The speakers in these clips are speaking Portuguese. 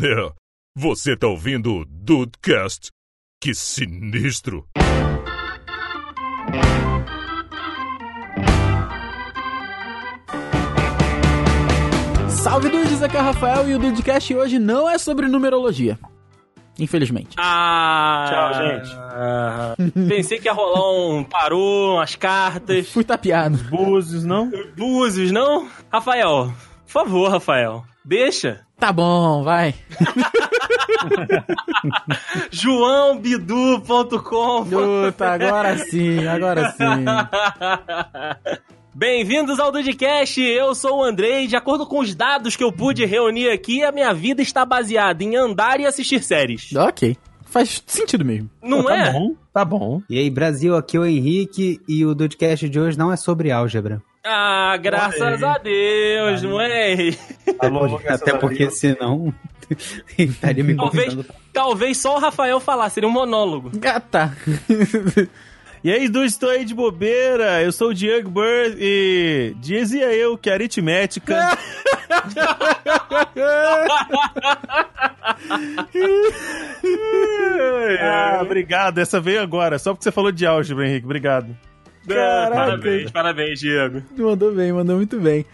É, você tá ouvindo o Dudecast? Que sinistro! Salve Dudes, aqui é o Rafael e o Dudecast hoje não é sobre numerologia. Infelizmente. Ah, Tchau, gente. Pensei que ia rolar um paru, umas cartas, Fui tapeado. Búzios, não? búzios, não? Rafael, por favor, Rafael, deixa. Tá bom, vai. JoãoBidu.com Puta, agora sim, agora sim. Bem-vindos ao Dudcast, eu sou o Andrei. De acordo com os dados que eu pude reunir aqui, a minha vida está baseada em andar e assistir séries. Ok. Faz sentido mesmo. Não Pô, é? Tá bom, tá bom. E aí, Brasil, aqui é o Henrique e o podcast de hoje não é sobre álgebra. Ah, graças Olha aí. a Deus, não é? é Até porque senão ele estaria me Talvez, convidando. talvez só o Rafael falar, seria um monólogo. Gata. E aí, do Estou aí de bobeira, eu sou o Diego Bird e dizia eu que aritmética... ah, obrigado, essa veio agora, só porque você falou de álgebra, Henrique, obrigado. Caraca. É, Parabéns, parabéns, Diego. Mandou bem, mandou muito bem.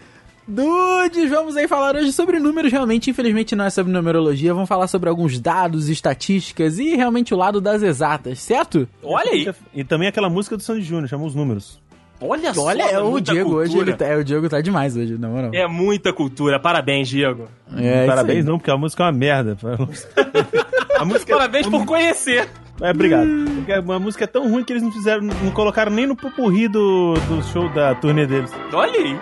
Dudes, vamos aí falar hoje sobre números. Realmente, infelizmente, não é sobre numerologia. Vamos falar sobre alguns dados, estatísticas e realmente o lado das exatas, certo? Olha aí. E também aquela música do Sandy Júnior, chama os números. Olha só, Olha, é o muita Diego hoje. cultura. Ele tá, é, o Diego tá demais hoje, na moral. É muita cultura. Parabéns, Diego. É, isso Parabéns, aí. não, porque a música é uma merda. A música Parabéns por conhecer. É, obrigado. Porque a música é tão ruim que eles não fizeram, não colocaram nem no popurri do, do show da turnê deles. Olha aí.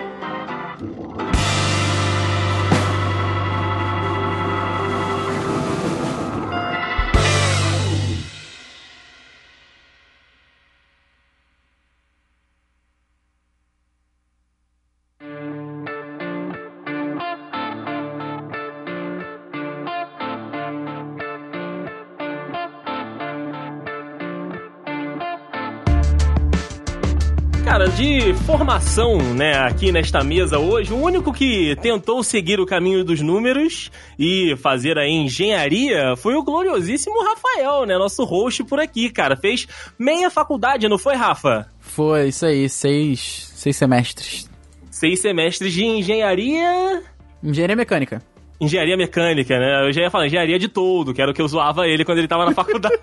Cara, de formação, né, aqui nesta mesa hoje, o único que tentou seguir o caminho dos números e fazer a engenharia foi o gloriosíssimo Rafael, né, nosso host por aqui, cara. Fez meia faculdade, não foi, Rafa? Foi, isso aí. Seis, seis semestres. Seis semestres de engenharia... Engenharia mecânica. Engenharia mecânica, né? Eu já ia falar engenharia de todo, que era o que eu zoava ele quando ele tava na faculdade.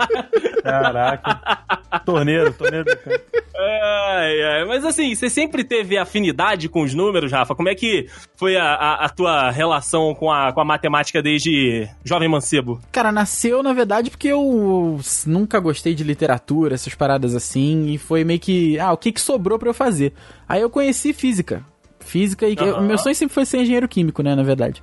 Caraca. torneiro, torneiro. mecânico. Ai, ai. Mas assim, você sempre teve afinidade com os números, Rafa? Como é que foi a, a- a tua relação com a, com a matemática desde jovem mancebo? Cara, nasceu na verdade porque eu nunca gostei de literatura, essas paradas assim, e foi meio que, ah, o que que sobrou pra eu fazer? Aí eu conheci física. Física e Aham. meu sonho sempre foi ser engenheiro químico, né, na verdade.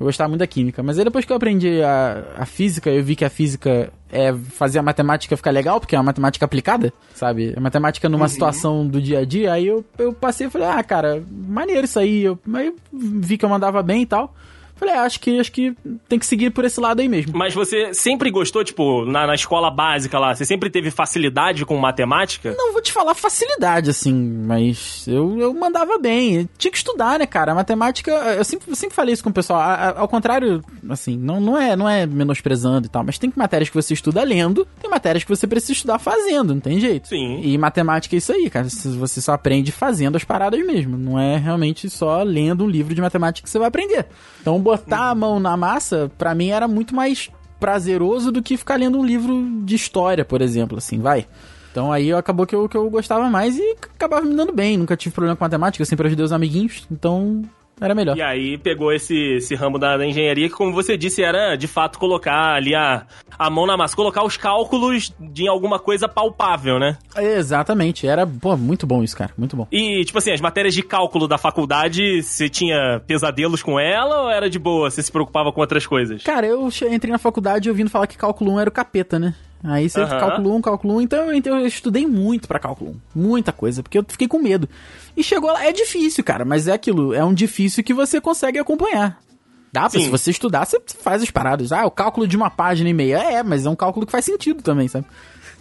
Eu gostava muito da química, mas aí depois que eu aprendi a, a física, eu vi que a física é fazer a matemática ficar legal, porque é uma matemática aplicada, sabe? É matemática numa situação do dia a dia, aí eu, eu passei e falei, ah, cara, maneiro isso aí. Eu, aí eu vi que eu mandava bem e tal. Falei, ah, acho que acho que tem que seguir por esse lado aí mesmo. Mas você sempre gostou, tipo, na, na escola básica lá, você sempre teve facilidade com matemática? Não vou te falar facilidade, assim, mas eu, eu mandava bem. Tinha que estudar, né, cara? A matemática, eu sempre, eu sempre falei isso com o pessoal. A- a- ao contrário, assim, não, não, é, não é menosprezando e tal, mas tem matérias que você estuda lendo, tem matérias que você precisa estudar fazendo, não tem jeito. Sim. E matemática é isso aí, cara. Se Você só aprende fazendo as paradas mesmo. Não é realmente só lendo um livro de matemática que você vai aprender. Então, botar a mão na massa, pra mim, era muito mais prazeroso do que ficar lendo um livro de história, por exemplo, assim, vai. Então aí acabou que eu, que eu gostava mais e c- acabava me dando bem. Nunca tive problema com matemática, eu sempre ajudei os amiguinhos, então era melhor. E aí pegou esse, esse ramo da, da engenharia que, como você disse, era de fato colocar ali a, a mão na massa, colocar os cálculos de alguma coisa palpável, né? Exatamente, era pô, muito bom isso, cara, muito bom. E, tipo assim, as matérias de cálculo da faculdade, você tinha pesadelos com ela ou era de boa? Você se preocupava com outras coisas? Cara, eu che- entrei na faculdade ouvindo falar que cálculo 1 era o capeta, né? Aí você Aham. cálculo 1, cálculo 1, então eu, então eu estudei muito pra cálculo 1, muita coisa, porque eu fiquei com medo. E chegou lá, é difícil, cara, mas é aquilo, é um difícil que você consegue acompanhar. Dá pra, Sim. se você estudar, você faz as paradas. Ah, o cálculo de uma página e meia. É, mas é um cálculo que faz sentido também, sabe?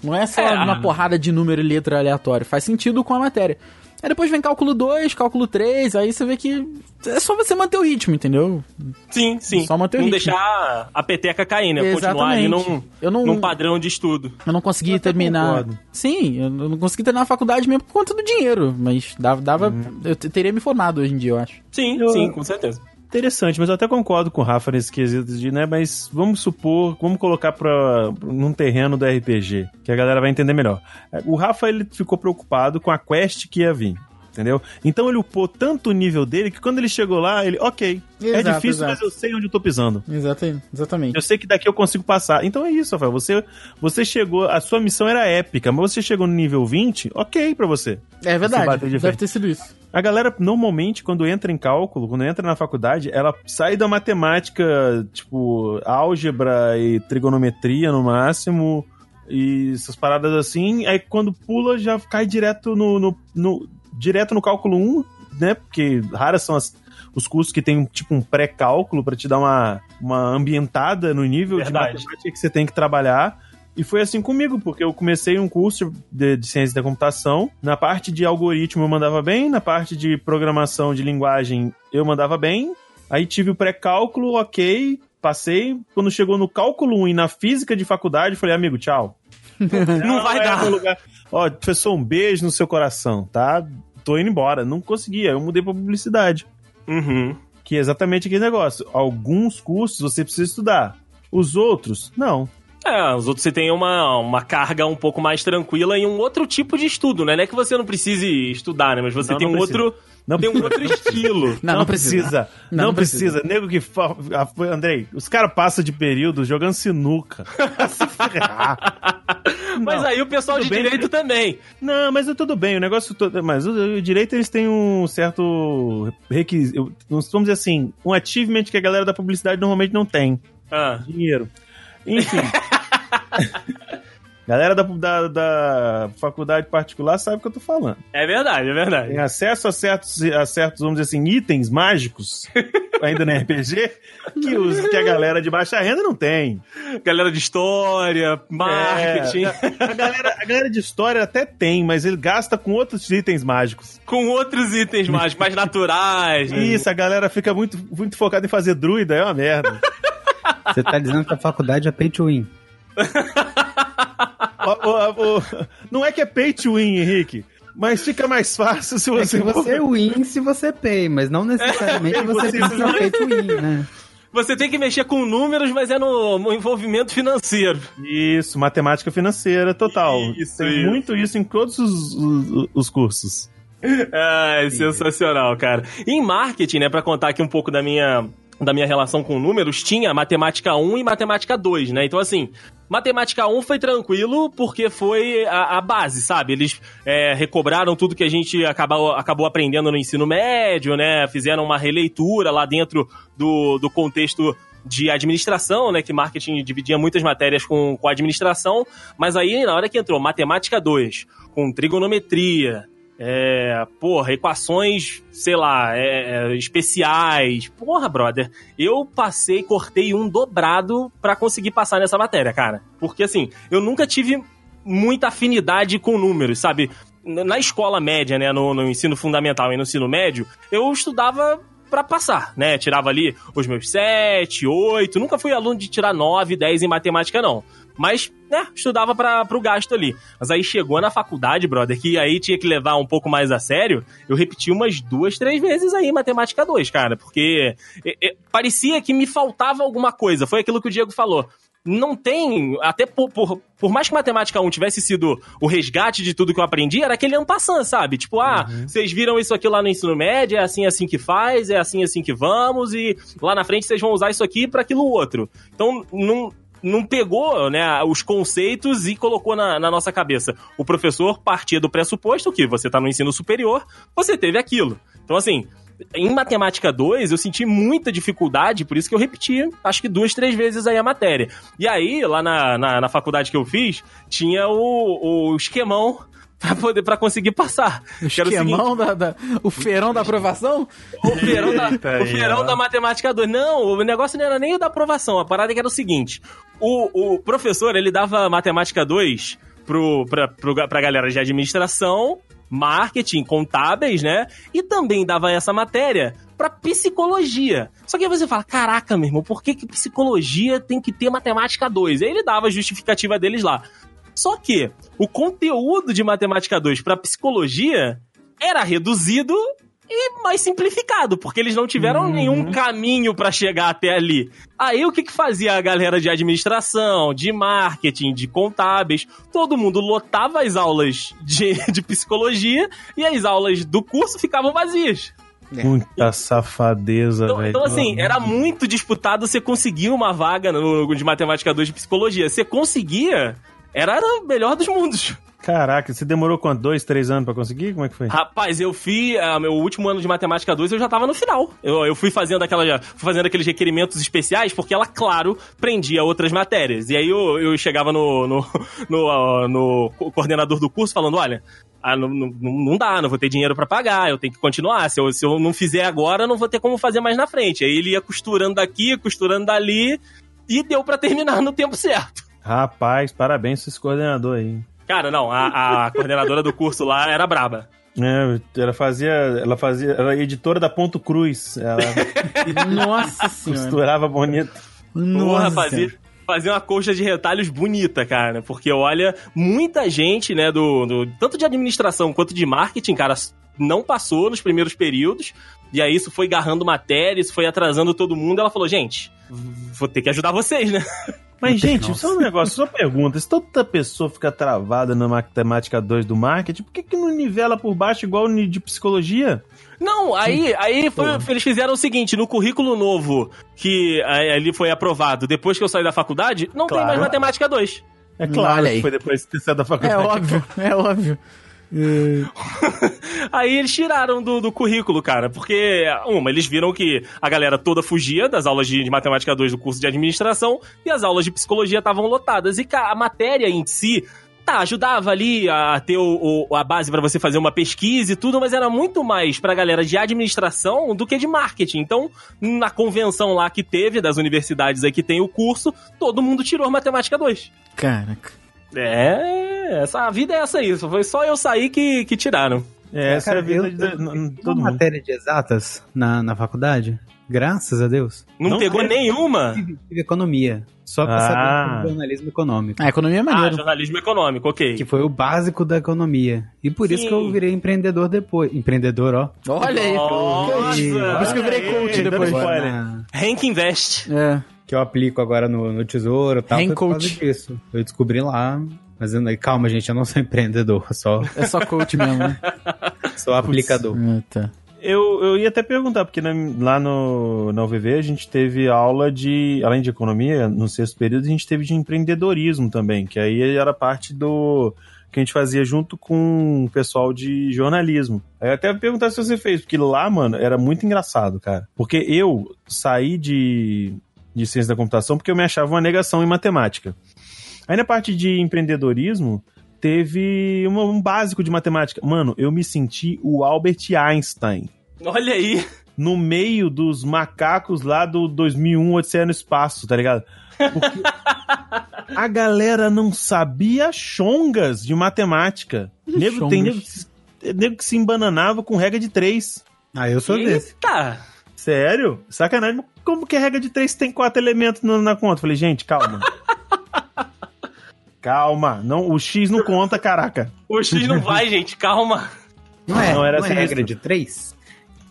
Não é só É. uma porrada de número e letra aleatório, faz sentido com a matéria. Aí depois vem cálculo 2, cálculo 3, aí você vê que é só você manter o ritmo, entendeu? Sim, sim. Só manter o não ritmo. deixar a peteca cair, né? Continuar aí num, Eu Então, não, num padrão de estudo. eu não consegui Eu até terminar. concordo. Sim, eu não consegui terminar a faculdade mesmo por conta do dinheiro, mas dava, dava eu te- teria me formado hoje em dia, eu acho. Sim, Eu- sim, com certeza. Interessante, mas eu até concordo com o Rafa nesse quesito de, né? Mas vamos supor, vamos colocar pra, num terreno do RPG, que a galera vai entender melhor. É, O Rafa, ele ficou preocupado com a quest que ia vir, entendeu? Então ele upou tanto o nível dele que quando ele chegou lá, ele, ok, é Exato, difícil, exato. né? mas eu sei onde eu tô pisando. Exatamente. exatamente. Eu sei que daqui eu consigo passar. Então é isso, Rafael. Você, você chegou, a sua missão era épica, mas você chegou no nível 20, ok pra você. É verdade. bateu de Deve frente. ter sido isso. A galera, normalmente, quando entra em cálculo, quando entra na faculdade, ela sai da matemática, tipo, álgebra e trigonometria no máximo, e essas paradas assim, aí quando pula já cai direto no, no- no- direto no cálculo 1, né? Porque raras são as- os cursos que tem tipo um pré-cálculo pra te dar uma, uma ambientada no nível Verdade. de matemática que você tem que trabalhar. E foi assim comigo, porque eu comecei um curso de, de ciência da computação. Na parte de algoritmo eu mandava bem, na parte de programação de linguagem eu mandava bem. Aí tive o pré-cálculo, ok, passei. Quando chegou no cálculo 1 e na física de faculdade, eu falei, amigo, tchau. Não vai é dar. meu lugar. Ó, professor, um beijo no seu coração, tá? Tô indo embora. Não conseguia, eu mudei pra publicidade Uhum. que é exatamente aquele negócio. Alguns cursos você precisa estudar, os outros não. É, os outros você tem uma, uma carga um pouco mais tranquila e um outro tipo de estudo, né? Não é que você não precise estudar, né? Mas você Não, tem não um precisa. outro. Não Tem um outro estilo. Não, não precisa. Não, Não, não precisa. Nego que. fa- a- Andrei, os caras passam de período jogando sinuca. Se ferrar. Mas Não. aí o pessoal Tudo de bem, direito né? também. Não, mas eu- tudo bem, o negócio todo. Mas o, o direito eles têm um certo requisito. Vamos dizer assim, um achievement que a galera da publicidade normalmente não tem. Ah, Dinheiro. Enfim. galera da, da, da faculdade particular sabe o que eu tô falando. é verdade, é verdade. Tem acesso a certos, a certos, vamos dizer assim, itens mágicos, ainda no RPG, que, os, que a galera de baixa renda não tem. Galera de história, É. marketing, A galera, a galera de história até tem, mas ele gasta com outros itens mágicos. com outros itens mais, mais naturais. né? Isso, a galera fica muito, muito focada em fazer druida, é uma merda. Você tá dizendo que a faculdade é pay to win. O- o- o- não é que é pay to win, Henrique, mas fica mais fácil se É você... que você win se você é pay, mas não necessariamente você Você precisa pay to win, né? Você tem que mexer com números, mas é no, no envolvimento financeiro. Isso, matemática financeira, total. Isso, tem isso. muito isso em todos os- os, os cursos. Ai, sensacional, cara. E em marketing, né, pra contar aqui um pouco da minha da minha relação com números, tinha matemática 1 e matemática 2, né? Então assim, matemática 1 foi tranquilo porque foi a, a base, sabe? Eles é, recobraram tudo que a gente acabou, acabou aprendendo no ensino médio, né? Fizeram uma releitura lá dentro do, do contexto de administração, né? Que marketing dividia muitas matérias com, com administração, mas aí na hora que entrou matemática 2, com trigonometria, é, porra, equações, sei lá, é, é, especiais. Porra, brother. Eu passei, cortei um dobrado pra conseguir passar nessa matéria, cara. Porque assim, eu nunca tive muita afinidade com números, sabe? N- Na escola média, né, no, no ensino fundamental e no ensino médio, eu estudava pra passar, né? Tirava ali os meus 7, 8, nunca fui aluno de tirar 9, 10 em matemática não. Mas, né, estudava para pro gasto ali. Mas aí chegou na faculdade, brother, que aí tinha que levar um pouco mais a sério. Eu repeti umas duas, três vezes aí em matemática 2, cara, porque é, é, parecia que me faltava alguma coisa. Foi aquilo que o Diego falou. Não tem, até por, por, por mais que Matemática 1 tivesse sido o resgate de tudo que eu aprendi, era aquele ampassã, sabe? Tipo, ah, vocês viram isso aqui lá no ensino médio, é assim assim que faz, é assim assim que vamos, e lá na frente vocês vão usar isso aqui para aquilo outro. Então, não, não pegou né, os conceitos e colocou na, na nossa cabeça. O professor partia do pressuposto que você está no ensino superior, você teve aquilo. Então, assim, em Matemática 2, eu senti muita dificuldade, por isso que eu repeti, acho que duas, três vezes aí a matéria. E aí, lá na, na, na faculdade que eu fiz, tinha o, o esquemão para poder para conseguir passar. O Que era o seguinte- esquemão da, da- O feirão da aprovação? o feirão, da, Eita, o aí, feirão ó. da matemática 2. Não, o negócio não era nem o da aprovação. A parada é que era o seguinte: o, o professor ele dava matemática 2 pro, pra, pro, ga- pra galera de administração marketing, contábeis, né? E também dava essa matéria pra psicologia. Só que aí você fala, caraca, meu irmão, por que, que psicologia tem que ter matemática 2? Aí ele dava a justificativa deles lá. Só que o conteúdo de matemática 2 para psicologia era reduzido e mais simplificado, porque eles não tiveram nenhum caminho para chegar até ali. Aí o que, que fazia a galera de administração, de marketing, de contábeis? Todo mundo lotava as aulas de, de psicologia e as aulas do curso ficavam vazias. Muita safadeza, É. Então, velho. então, assim, era muito disputado você conseguir uma vaga no, de matemática 2 de psicologia. Você conseguia, era o melhor dos mundos. Caraca, você demorou quanto? Dois, três anos pra conseguir? Como é que foi? Rapaz, eu fiz. ah, meu último ano de matemática 2 eu já tava no final. Eu, eu fui fazendo aquela, já- fui fazendo aqueles requerimentos especiais, porque ela, claro, prendia outras matérias. E aí eu, eu chegava no, no, no, ah, no co- coordenador do curso falando: olha. Ah, não, não, não dá, não vou ter dinheiro pra pagar, eu tenho que continuar. Se eu, se eu não fizer agora, eu não vou ter como fazer mais na frente. Aí ele ia costurando daqui, costurando dali, e deu pra terminar no tempo certo. Rapaz, parabéns pra esse coordenador aí. Cara, não, a, a coordenadora do curso lá era braba. É, ela fazia. Ela fazia. Ela era editora da Ponto Cruz. Ela Nossa senhora. costurava bonito. Porra, Nossa senhora. fazer, fazer uma colcha de retalhos bonita, cara. Porque olha, muita gente, né, do, do- tanto de administração quanto de marketing, cara, não passou nos primeiros períodos. E aí isso foi garrando matéria, isso foi atrasando todo mundo. Ela falou, gente, vou ter que ajudar vocês, né? Mas, Puta, gente, nossa. só um negócio, só pergunta. Se toda pessoa fica travada na matemática 2 do marketing, por que, que não nivela por baixo igual ni- de psicologia? Não, aí, aí foi- eles fizeram o seguinte: no currículo novo que aí, ali foi aprovado depois que eu saí da faculdade, não tem Claro. mais matemática 2. Hum, É claro Olha aí. que foi depois de ter saído da É faculdade. óbvio, é óbvio. É, Aí eles tiraram do, do currículo, cara, porque, uma, eles viram que a galera toda fugia das aulas de, de matemática 2 do curso de administração e as aulas de psicologia estavam lotadas. E ca- a matéria em si. Tá, ajudava ali a ter o, o- a base pra você fazer uma pesquisa e tudo, mas era muito mais pra galera de administração do que de marketing. Então, na convenção lá que teve, das universidades aí que tem o curso, todo mundo tirou matemática 2. Caraca. É, essa, a vida é essa aí. Só Foi só eu sair que, que tiraram. É, essa Cara, é a vida eu- de de- n- n- todo Uma mundo. matéria de exatas na, na faculdade, graças a Deus, Não, Não pegou teve. nenhuma? tive economia. Só pra Ah. saber sobre jornalismo econômico. A economia é Ah, maneiro. jornalismo econômico, ok. Que foi o básico da economia. E por isso Sim. que eu virei empreendedor depois. Empreendedor, ó. Olha aí. Nossa. Coach. Por isso que eu virei coach Ei, depois. dando Agora Spoiler. na- Rank Invest. É. que eu aplico agora no, no tesouro e tal. Hand foi por causa coach. disso. Eu descobri lá. Mas eu não- calma, gente, eu não sou empreendedor, eu só É só coach mesmo, né? sou aplicador. Ah, tá. Eu, eu ia até perguntar, porque na- lá no, na UVV a gente teve aula de, além de economia, no sexto período, a gente teve de empreendedorismo também, que aí era parte do que a gente fazia junto com o pessoal de jornalismo. Aí eu até ia perguntar se você fez, porque lá, mano, era muito engraçado, cara. Porque eu saí de, de ciência da computação porque eu me achava uma negação em matemática. Aí na parte de empreendedorismo, teve uma- um básico de matemática. Mano, eu me senti o Albert Einstein Olha aí. no meio dos macacos lá do 2001 Odisseia no um Espaço, tá ligado? Porque a galera não sabia chongas de matemática. Nego, tem nego, que se- nego que se embananava com regra de três. Ah, eu sou desse. Eita. Sério? Sacanagem. Mas Como que a regra de três tem quatro elementos na, na conta? Falei, gente, calma. calma. Não, o X não conta, caraca. O X não vai, gente, calma. Não é, Não não era era sinistro. regra de três?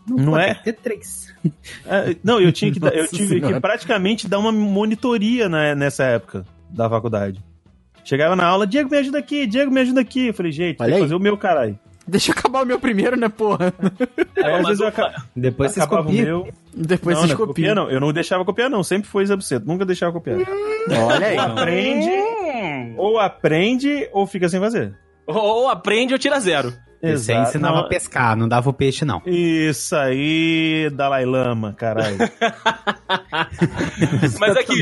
Não pode é? ter três. É, Não, eu tinha que dar- eu Nossa tive Senhora. que praticamente dar uma monitoria na- nessa época da faculdade. Chegava na aula, Diego, me ajuda aqui, Diego, me ajuda aqui. Eu falei, gente, Olha tem que aí. fazer o meu, caralho. Deixa eu acabar o meu primeiro, né, porra? Aí, às mas vezes eu o- aca- Depois vocês acabava o copiam. meu. Depois não, vocês não, é copia copiam. não. Eu não deixava copiar, não. Sempre foi exabceto, nunca deixava copiar. Olha aí. Aprende, ou aprende, ou fica sem fazer. Ou aprende ou tira zero. Isso aí Exato. ensinava Não, a pescar, não dava o peixe, não. Isso aí, Dalai Lama, caralho. Mas aqui,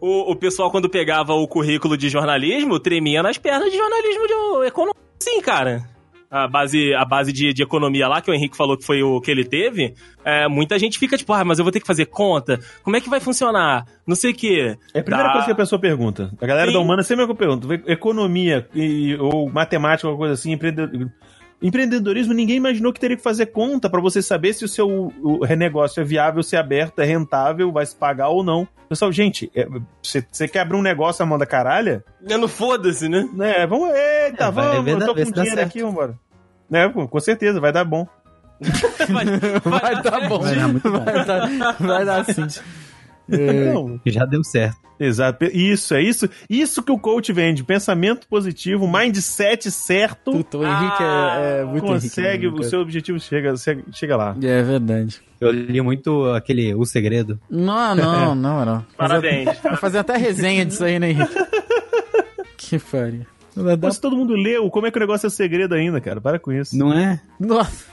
o, o pessoal quando pegava o currículo de jornalismo, tremia nas pernas de jornalismo de econômico. Sim, cara. A base, a base de, de economia lá, que o Henrique falou que foi o que ele teve, é, muita gente fica tipo, ah, mas eu vou ter que fazer conta, como é que vai funcionar? Não sei o quê. É a primeira Dá. coisa que a pessoa pergunta. A galera Sim. da humana sempre é que eu pergunto. Economia e- ou matemática, alguma coisa assim, empreendedor. Empreendedorismo, ninguém imaginou que teria que fazer conta pra você saber se o seu o renegócio é viável, se é aberto, é rentável, vai se pagar ou não. Pessoal, gente, é, você você quer abrir um negócio à mão da caralha? Eu não foda-se, né? Né? Vamos, eita, É, vai vamos, ver, eu dá- tô vê com se dá dinheiro certo. aqui, vambora. Né, pô, com certeza, vai dar bom. Vai, Vai dar bom. Vai dar muito bom. Vai dar, vai dar sim. É. Não, Já deu certo. Exato. Pe- Isso, é isso. Isso que o coach vende. Pensamento positivo, mindset certo. Ah, Puta, o Henrique é, é muito consegue, Henrique, né, o cara? seu objetivo chega, chega, chega lá. É verdade. Eu li muito aquele O Segredo. Não, não, não, não. Parabéns. Vou fazer até resenha disso aí, né, Henrique? Que faria. Dá- dá- Mas se todo mundo leu, como é que o negócio é segredo ainda, cara? Para com isso. Não é? Nossa.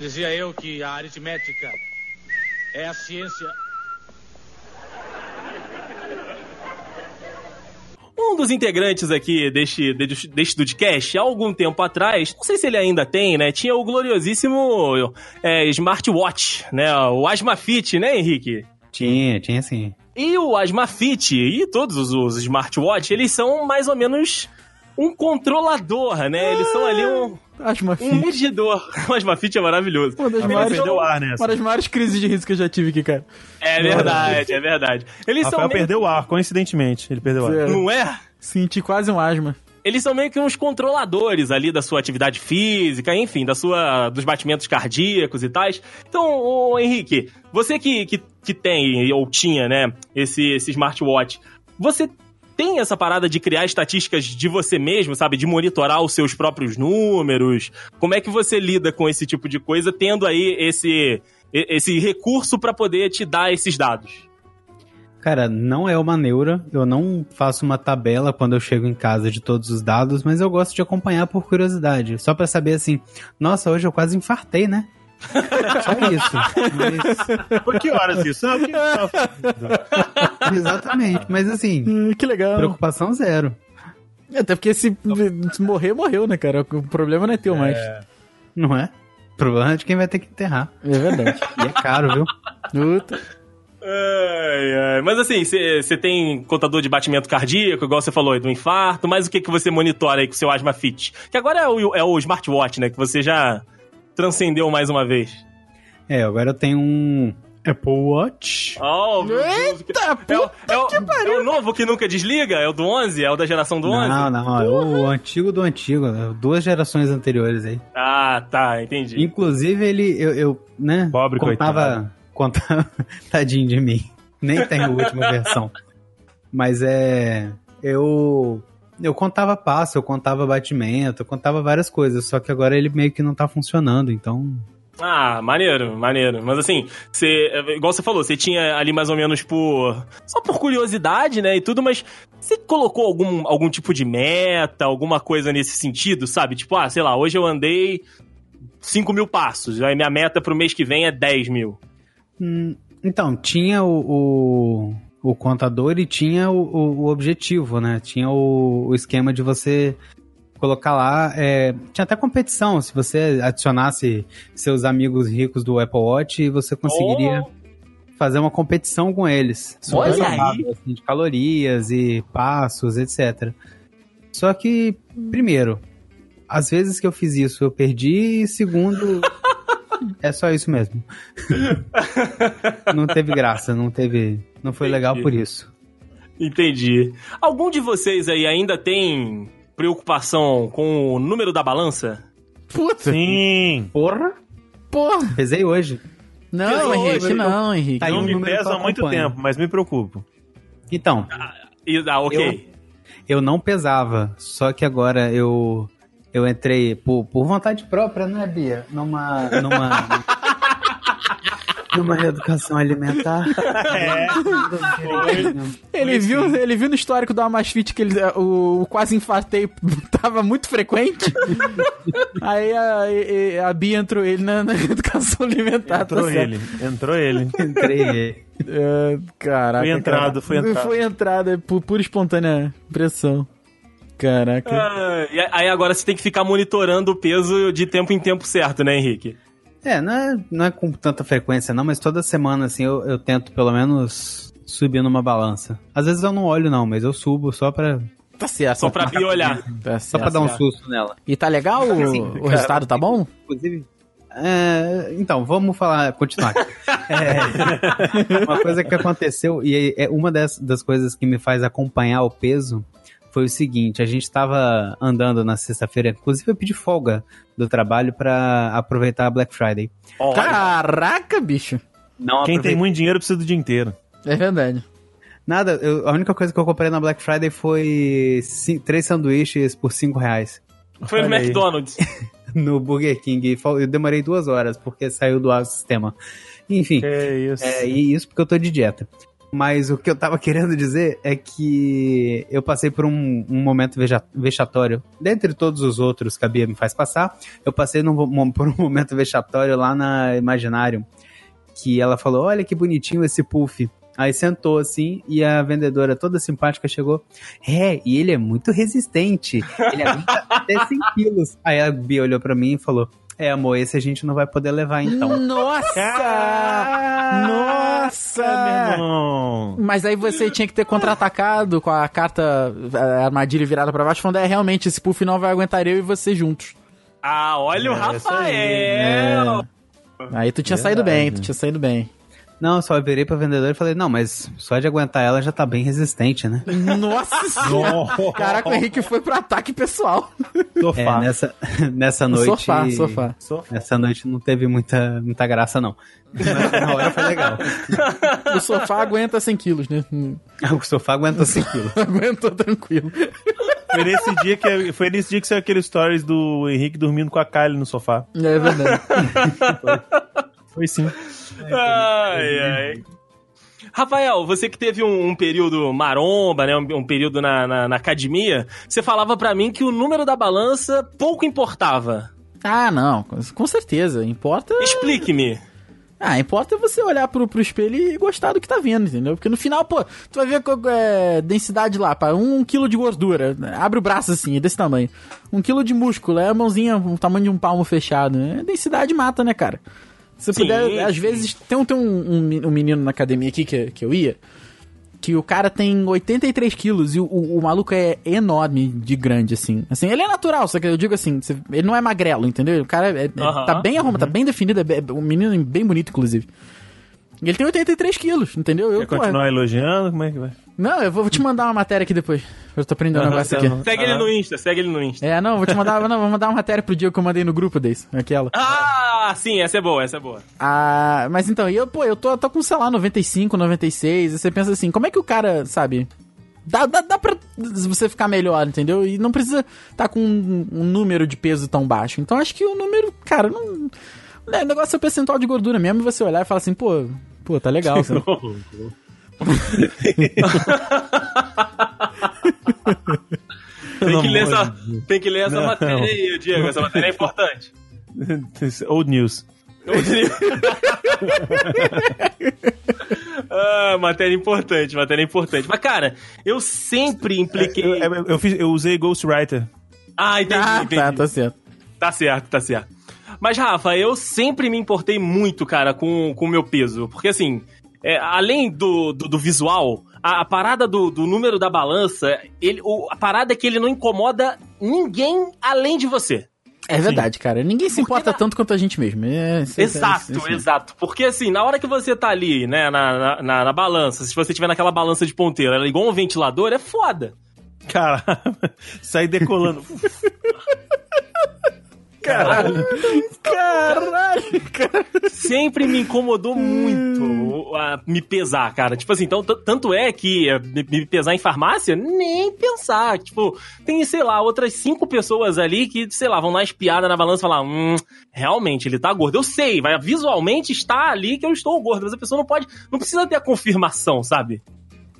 Dizia eu que a aritmética é a ciência Um dos integrantes aqui deste, deste deste Dudcast, há algum tempo atrás, não sei se ele ainda tem, né? Tinha o gloriosíssimo é, smartwatch, né? O Asmafit, né, Henrique? Tinha, tinha sim. E o Asmafit e todos os, os smartwatch, eles são mais ou menos um controlador, né? Eles são ali um, Acho uma Ah! um fita. medidor. O Asmafit é maravilhoso. Uma das, Rafael maiores, perdeu o ar uma nessa. das maiores crises de risco que eu já tive aqui, cara. É verdade, é verdade. Eles Rafael são meio... perdeu o ar, coincidentemente. Ele perdeu o ar. Zero. Não é? Senti quase um asma. Eles são meio que uns controladores ali da sua atividade física, enfim, da sua dos batimentos cardíacos e tais. Então, ô, Henrique, você que, que, que tem ou tinha, né, esse, esse smartwatch, você tem essa parada de criar estatísticas de você mesmo, sabe? De monitorar os seus próprios números? Como é que você lida com esse tipo de coisa, tendo aí esse, e- esse recurso pra poder te dar esses dados? Cara, não é uma neura. Eu não faço uma tabela quando eu chego em casa de todos os dados, mas eu gosto de acompanhar por curiosidade. Só pra saber assim, nossa, hoje eu quase infartei, né? Só isso. Mas- Por que horas isso? Não, que... exatamente. Mas assim, Hum, que legal. preocupação zero. Até porque se, se morrer, morreu, né, cara? O problema não é teu mais. É Não é? O problema é de quem vai ter que enterrar. verdade. E é caro, viu? Puta. Ai, ai. Mas assim, você tem contador de batimento cardíaco, igual você falou aí, do infarto, mas o que, que você monitora aí com o seu asma fit? Que agora é o, é o smartwatch, né? Que você já transcendeu mais uma vez. É, agora eu tenho um Apple Watch. Oh, meu Deus. Eita, É o, puta. é, o, é o novo que nunca desliga? É o do 11? É o da geração do 11? Não, não, é o antigo do antigo, né? duas gerações anteriores aí. Ah, tá, entendi. Inclusive, ele, eu, eu, né? Pobre contava, contava. Tadinho de mim. Nem tem a última versão. Mas é. Eu. Eu contava passo, eu contava batimento, eu contava várias coisas, só que agora ele meio que não tá funcionando, então. Ah, maneiro, maneiro. Mas assim, você, igual você falou, você tinha ali mais ou menos por. Só por curiosidade, né? E tudo, mas você colocou algum, algum tipo de meta, alguma coisa nesse sentido, sabe? Tipo, ah, sei lá, hoje eu andei 5 mil passos, aí minha meta pro mês que vem é 10 mil. Hum, então, tinha o, o, o contador e tinha o, o- o objetivo, né? Tinha o, o esquema de você colocar lá. é, tinha até competição. Se você adicionasse seus amigos ricos do Apple Watch, você conseguiria Ou- fazer uma competição com eles. Oh! Olha Super aí! saudável, assim, de calorias e passos, etc. Só que, primeiro, às vezes que eu fiz isso eu perdi, e segundo, é só isso mesmo. não teve graça, não teve. Não foi Entendi. legal por isso. Entendi. Algum de vocês aí ainda tem preocupação com o número da balança? Puta. Sim. Porra! Porra. Pesei hoje. Não, Henrique, não, Henrique. Tá aí Não um me número que pesa eu há muito acompanho. tempo, mas me preocupo. Então, E- Ah, ok. eu não pesava, só que agora eu. Eu entrei por, por vontade própria, né, Bia? Numa. numa. numa reeducação alimentar. É. Ele viu, ele viu no histórico do Amazfit que ele, o, o quase infartei tava muito frequente. Aí a, e- a Bia entrou ele na, na educação alimentar. tá Entrou certo. ele. Entrou ele. Entrei. É, caraca. Foi entrado, cara. foi entrado. Foi entrada, por pura e espontânea pressão. Caraca. Ah, e aí agora você tem que ficar monitorando o peso de tempo em tempo certo, né, Henrique? É, não é, não é com tanta frequência, não, mas toda semana, assim, eu, eu tento pelo menos subir numa balança. Às vezes eu não olho, não, mas eu subo só pra Tá certo. Só pra Bia olhar. Tá Só pra certo. dar um susto nela. E tá legal o, Assim, o cara, resultado, tá bom? Inclusive. é, então, vamos falar, continuar. aqui. É, uma coisa que aconteceu, e é é uma das, das coisas que me faz acompanhar o peso, foi o seguinte: a gente tava andando na sexta-feira, inclusive eu pedi folga do trabalho pra aproveitar a Black Friday. Olha, Caraca, bicho. Não Quem aproveitei tem muito dinheiro precisa do dia inteiro. É verdade. nada, eu- a única coisa que eu comprei na Black Friday foi ci- três sanduíches por cinco reais foi no olha aí. McDonald's. no Burger King. E fal- Eu demorei duas horas porque saiu do ar o sistema. Enfim. É isso. É, e isso porque eu tô de dieta. Mas o que eu tava querendo dizer é que eu passei por um, um momento veja- vexatório. Dentre todos os outros que a Bia me faz passar, eu passei num mo- mo- por um momento vexatório lá na Imaginário. Que ela falou: Olha que bonitinho esse puff. Aí sentou assim e a vendedora toda simpática chegou. É, e ele é muito resistente. Ele aguenta até 100 quilos. Aí a Bia olhou pra mim e falou: É, amor, esse a gente não vai poder levar então. Nossa! meu Nossa! irmão. Mas aí você tinha que ter contra-atacado com a carta, a armadilha virada pra baixo, falando, é, realmente, esse puff não vai aguentar eu e você juntos. Ah, olha o É, É. né? Rafael. Aí tu tinha saído bem, tu tinha saído bem. Não, eu só virei pra vendedora e falei, não, mas só de aguentar ela já tá bem resistente, né? Nossa senhora! Caraca, né? o Henrique foi pro ataque pessoal. É, Sofá. nessa, nessa noite. Sofá, sofá. Sofá. Essa noite não teve muita, muita graça, não. Mas na hora foi legal. O sofá aguenta 100 quilos, né? Hum, O sofá aguentou 5 quilos. Aguentou tranquilo. Foi nesse dia que foi nesse dia que saiu aquele stories do Henrique dormindo com a Kylie no sofá. É verdade. Foi sim. Ai, ai. Rafael, você que teve um, um período maromba, né? Um, um período na, na, na academia, você falava pra mim que o número da balança pouco importava. Ah, não, com- com certeza. Importa. Explique-me. Ah, importa você olhar pro, pro espelho e gostar do que tá vendo, entendeu? Porque no final, pô, tu vai ver co- é, densidade lá, pá, um, quilo de gordura. né? Abre o braço assim, é desse tamanho. Um quilo de músculo, é a mãozinha, o tamanho de um palmo fechado. Né? Densidade mata, né, cara? Se Sim, puder, às sim. vezes. Tem, um- tem um, um me- um menino na academia aqui que, que eu ia, que o cara tem 83 quilos e o, o- o maluco é enorme de grande, assim. Assim, ele é natural, só que eu digo assim, você- ele não é magrelo, entendeu? O cara é- é- Aham. tá bem arrumado, Uhum. tá bem definido, é, be- é um menino bem bonito, inclusive. E ele tem 83 quilos, entendeu? Eu, Quer porra, continuar elogiando? Como é que vai? não, eu vou vou te mandar uma matéria aqui depois. Eu tô aprendendo um tá negócio aqui. Segue Ah. ele no Insta, segue ele no Insta. É, não, vou te mandar, não, vou mandar uma matéria pro dia que eu mandei no grupo desse, aquela. Ah, sim, essa é boa, essa é boa. Ah, mas então, e eu, pô, eu tô, tô com, sei lá, 95, 96, e você pensa assim, como é que o cara, sabe? Dá, dá, dá pra você ficar melhor, entendeu? E não precisa tá com um, um número de peso tão baixo. Então acho que o número, cara, não. né, O negócio é o percentual de gordura mesmo, e você olhar e falar assim, pô, pô, tá legal. sabe? Tem que ler amor essa, tem que ler essa matéria aí, Diego. Essa matéria é importante. Old news. ah, matéria importante, matéria importante. Mas, cara, eu sempre Eu, impliquei. eu- eu fiz, eu usei Ghostwriter. Ah, entendi, É, ah, entendi. tá, tá certo. Tá certo, tá certo. Mas, Rafa, eu sempre me importei muito, cara, com com o meu peso. Porque, assim, é, além do, do, do visual, a, a parada do, do número da balança, ele, o- a parada é que ele não incomoda ninguém além de você. É verdade, cara. Ninguém se importa na- tanto quanto a gente mesmo. É, isso- isso- exato, isso- isso- exato. Porque, assim, na hora que você tá ali, né, na, na, na- na balança, se você tiver naquela balança de ponteiro, ela é igual um ventilador, é foda. Cara, saí decolando. Caralho. Caralho, cara. sempre me incomodou muito o- a me pesar, cara. Tipo assim, então, t- tanto é que é, me me pesar em farmácia, nem pensar. Tipo, tem, sei lá, outras cinco pessoas ali que, sei lá, vão lá espiada na balança e falar: hum, realmente ele tá gordo. Eu sei, vai, visualmente está ali que eu estou gordo, mas a pessoa não pode, não precisa ter a confirmação, sabe?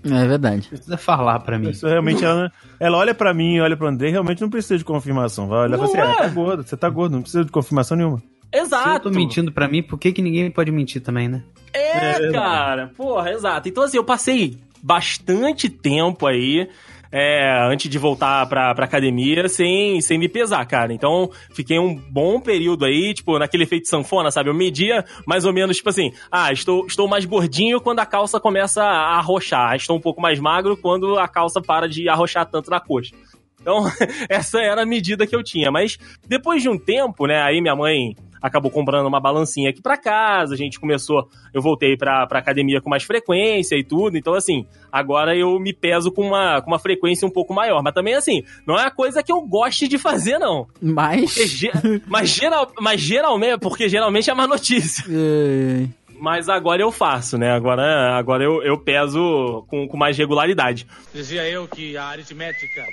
É verdade. Precisa falar pra mim. Isso é realmente ela, ela olha pra mim, olha pro André, realmente não precisa de confirmação. Vai olhar e Não fala assim: é. ah, tá gordo, você tá gordo, não precisa de confirmação nenhuma. Se eu Exato. tô mentindo pra mim, por que, que ninguém pode mentir também, né? É, cara, porra, exato. Então, assim, eu passei bastante tempo aí. é, é, antes de voltar pra, pra academia sem, sem me pesar, cara. Então, fiquei um bom período aí, tipo, naquele efeito sanfona, sabe? Eu media mais ou menos, tipo assim, ah, estou, estou mais gordinho quando a calça começa a arrochar. Estou um pouco mais magro quando a calça para de arrochar tanto na coxa. Então, essa era a medida que eu tinha. Mas depois de um tempo, né, aí minha mãe acabou comprando uma balancinha aqui pra casa, a gente começou, eu voltei pra, pra academia com mais frequência e tudo, então assim, agora eu me peso com uma, com uma frequência um pouco maior, mas também assim, não é uma coisa que eu goste de fazer não, Porque Mas. ge- mas, geral, mas geralmente, porque geralmente é má notícia. É, Mas agora eu faço, né? Agora, agora eu, eu peso com, com mais regularidade. Dizia eu que a aritmética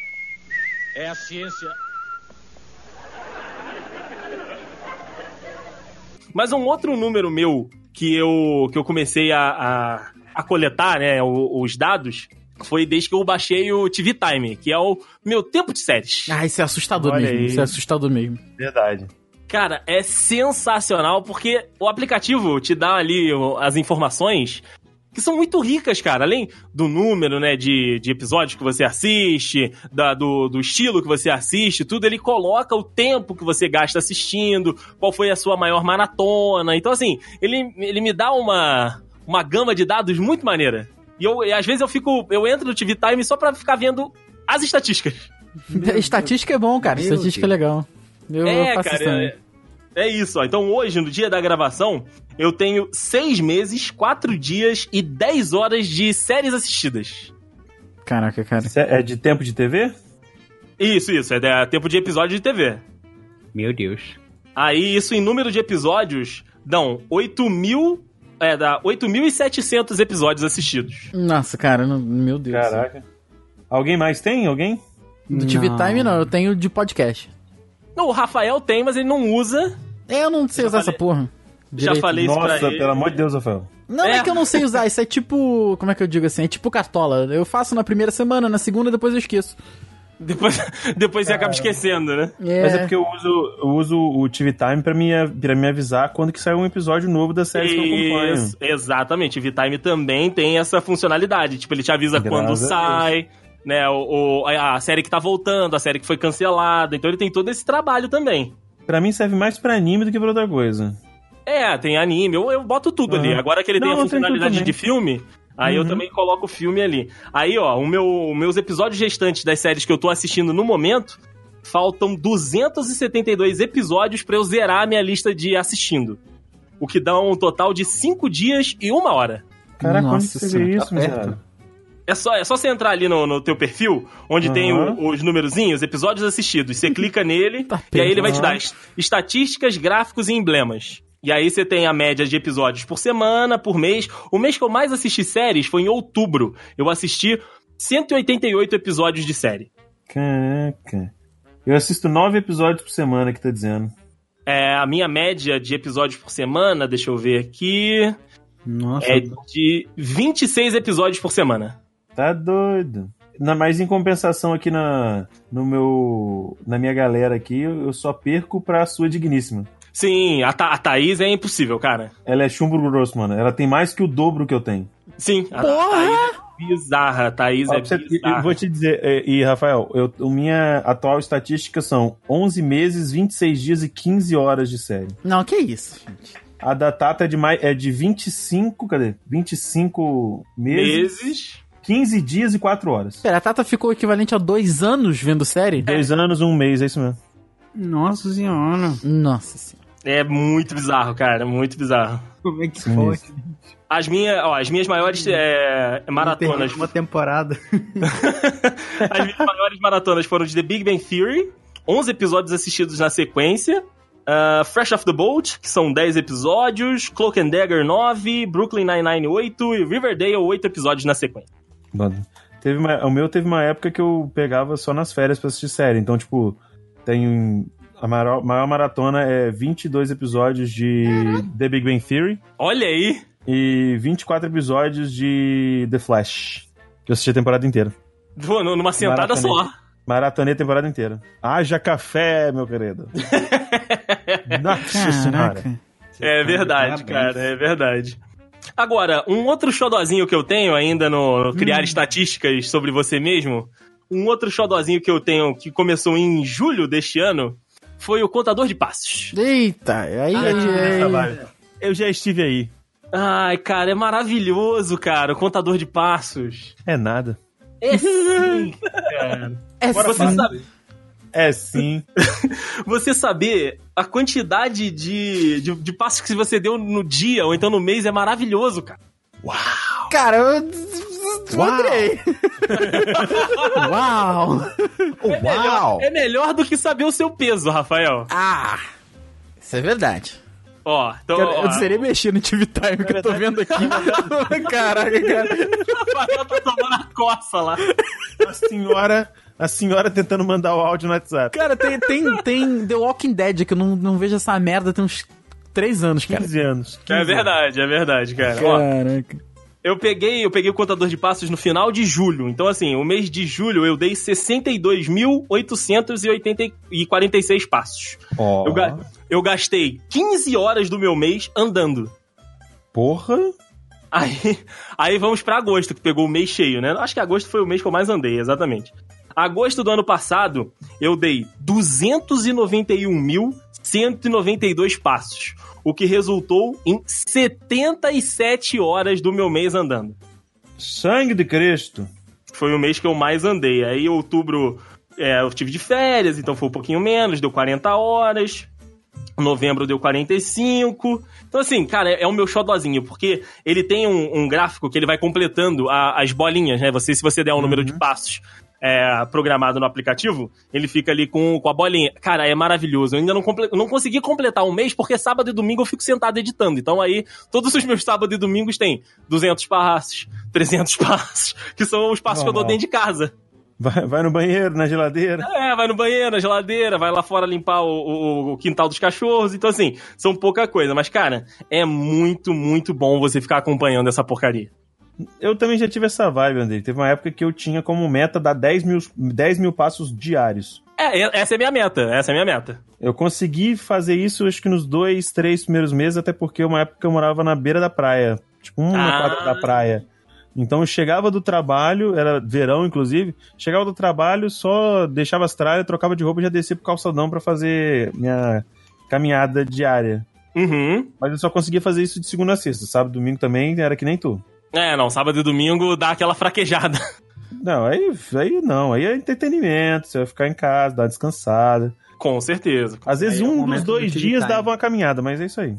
é a ciência. Mas um outro número meu que eu, que eu comecei a, a, a coletar, né, o- os dados, foi desde que eu baixei o TV Time, que é o meu tempo de séries. Ah, isso é assustador Olha mesmo. aí. Isso é assustador mesmo. Verdade. Cara, é sensacional porque o aplicativo te dá ali o- as informações que são muito ricas, cara. Além do número, né, de, de episódios que você assiste, da- do, do estilo que você assiste, tudo, ele coloca o tempo que você gasta assistindo, qual foi a sua maior maratona. Então, assim, ele, ele me dá uma, uma gama de dados muito maneira. E, eu, e às vezes eu fico. Eu entro no TV Time só pra ficar vendo as estatísticas. Estatística é bom, cara. Meu Estatística é legal. Eu, eu faço isso também. é, é isso, ó. Então hoje, no dia da gravação, eu tenho seis meses, quatro dias e 10 horas de séries assistidas. Caraca, cara. Isso É é de tempo de TV? Isso, isso, é da- tempo de episódio de TV. Meu Deus. Aí isso em número de episódios dão 8 mil. É, dá 8.700 episódios assistidos. Nossa, cara, não- meu Deus. Caraca. Alguém mais tem? Alguém? Do TV Time não, eu tenho de podcast. Não, o Rafael tem, mas ele não usa. É, eu não sei usar essa porra. Já falei isso pra Nossa, ele. pelo amor de Deus, Rafael. Não é. É. que eu não sei usar, isso é tipo. Como é que eu digo assim? É tipo cartola. Eu faço na primeira semana, na segunda depois eu esqueço. Depois, depois você acaba esquecendo, né? É, Mas é porque eu uso, eu uso o TV Time pra me, pra me avisar quando que sai um episódio novo da série que eu acompanho. Isso, exatamente. VTime também tem essa funcionalidade. Tipo, ele te avisa Graças a quando Deus. sai, né? O, o- a a série que tá voltando, a série que foi cancelada. Então ele tem todo esse trabalho também. Pra mim serve mais pra anime do que pra outra coisa. É, tem anime, eu, eu boto tudo ali. Aham. Agora que ele tem Ah. Não, a eu tenho tudo funcionalidade também. de filme, aí eu Uhum. também coloco o filme ali. Aí, ó, os meu, meus episódios restantes das séries que eu tô assistindo no momento, faltam 272 episódios pra eu zerar a minha lista de assistindo. O que dá um total de 5 dias e uma hora. Caraca, Nossa onde que você vê senhora, isso, tá perto. miserável? É só, é só você entrar ali no, no teu perfil, onde tem Aham. o- os numerozinhos, episódios assistidos. Você clica nele Tá e aí ele vai te perto. dar es- estatísticas, gráficos e emblemas. E aí você tem a média de episódios por semana, por mês. O mês que eu mais assisti séries foi em outubro. Eu assisti 188 episódios de série. Caraca. Eu assisto nove episódios por semana que tá dizendo. É, a minha média de episódios por semana, deixa eu ver aqui, Nossa. é de 26 episódios por semana. Tá doido. Na, mas em compensação aqui na, no meu, na minha galera aqui, eu eu só perco pra sua digníssima. Sim, a, Tha a Thaís é impossível, cara. Ela é chumbo grosso, mano. Ela tem mais que o dobro que eu tenho. Sim, a é Porra! bizarra, Thaís Ó, é pra você- e- bizarra. eu vou te dizer, é, e Rafael, eu, o minha atual estatística são 11 meses, 26 dias e 15 horas de série. Não, que isso. gente. A da Tata é de, mais, é de 25, cadê? 25 meses, Meses. 15 dias e 4 horas. Pera, a Tata ficou equivalente a dois anos vendo série? Dois anos, um mês, é isso mesmo. Nossa senhora. Nossa senhora. É muito bizarro, cara. Muito bizarro. Como é que Sinistro. foi? As, minha, ó, as minhas Hum. maiores é, maratonas. Uma temporada. As minhas maiores maratonas foram de The Big Bang Theory, 11 episódios assistidos na sequência. ah, Fresh Off the Boat, que são 10 episódios. Cloak and Dagger, 9. Brooklyn Nine-Nine, 8. E Riverdale, 8 episódios na sequência. Mano, Teve uma- o meu teve uma época que eu pegava só nas férias pra assistir série. Então, tipo, tem. um, A maior, maior maratona é 22 episódios de The Big Bang Theory Olha aí! e 24 episódios de The Flash. Que eu assisti a temporada inteira. Pô, numa sentada só. Maratonês. Maratonei a temporada inteira. Haja café, meu querido. Nossa senhora. Caraca. É verdade, cara, é verdade. Agora, um outro xodozinho que eu tenho ainda no no criar estatísticas sobre você mesmo. Um outro xodozinho que eu tenho, que começou em julho deste ano, foi o Contador de Passos. Eita, Ah, aí. é Essa vibe. Eu já estive aí. Ai, cara, é maravilhoso, cara, o Contador de Passos. É nada. É sim, cara. é Você sim. sabe, É sim. você saber a quantidade de, de, de passos que você deu no dia ou então no mês é maravilhoso, cara. Cara, eu desmodrei. Uau! Uau! É melhor do que saber o seu peso, Rafael. Ah! Isso é verdade. Ó, então. Cara, eu ó, não serei mexer no TV Time que eu tô vendo aqui. Caraca, cara. Rafael tá tomando a coça lá. A senhora, a senhora tentando mandar o áudio no WhatsApp. Cara, tem, tem, tem The Walking Dead que eu não, não vejo essa merda tem uns 3 anos, cara. 15 anos. 15 É anos. verdade, é verdade, cara. Ó, Caraca. eu peguei, eu peguei o contador de passos no final de julho. Então, assim, o mês de julho eu dei 62.846 passos. Ó, Eu, ga- eu gastei 15 horas do meu mês andando. Porra. Aí, aí vamos pra agosto, que pegou o mês cheio, né? Acho que agosto foi o mês que eu mais andei, exatamente. Agosto do ano passado, eu dei 291.192 passos, o que resultou em 77 horas do meu mês andando. Sangue de Cristo. Foi o mês que eu mais andei. Aí, outubro, é, eu tive de férias, então foi um pouquinho menos, deu 40 horas. Novembro deu 45. Então, assim, cara, é, é o meu xodozinho, porque ele tem um, um gráfico que ele vai completando a- as bolinhas, né? Você, se você der um número de passos é, programado no aplicativo, ele fica ali com, com a bolinha. Cara, é maravilhoso. Eu ainda não, comple- não consegui completar um mês, porque sábado e domingo eu fico sentado editando. Então, aí, todos os meus sábados e domingos tem 200 passos, 300 passos, que são os passos que eu dou Normal. dentro de casa. Vai, vai no banheiro, na geladeira. É, vai no banheiro, na geladeira, vai lá fora limpar o, o- o quintal dos cachorros. Então, assim, são pouca coisa. Mas, cara, é muito, muito bom você ficar acompanhando essa porcaria. Eu também já tive essa vibe, André. Teve uma época que eu tinha como meta dar 10 mil, 10 mil passos diários. É, e- essa é minha meta, essa é minha meta. Eu consegui fazer isso, acho que nos dois, três primeiros meses, até porque é uma época eu morava na beira da praia. Tipo, uma Ah. quadra da praia. Então eu chegava do trabalho, era verão inclusive, chegava do trabalho, só deixava as tralhas, trocava de roupa e já descia pro calçadão pra fazer minha caminhada diária. Uhum. Mas eu só conseguia fazer isso de segunda a sexta, sábado, domingo também, era que nem tu. É, não, sábado e domingo dá aquela fraquejada. Não, aí, aí não, aí é entretenimento, você vai ficar em casa, dar uma descansada. Com certeza. Às vezes Aí é o um momento dos do dois TV dias time. dava uma caminhada, mas é isso aí.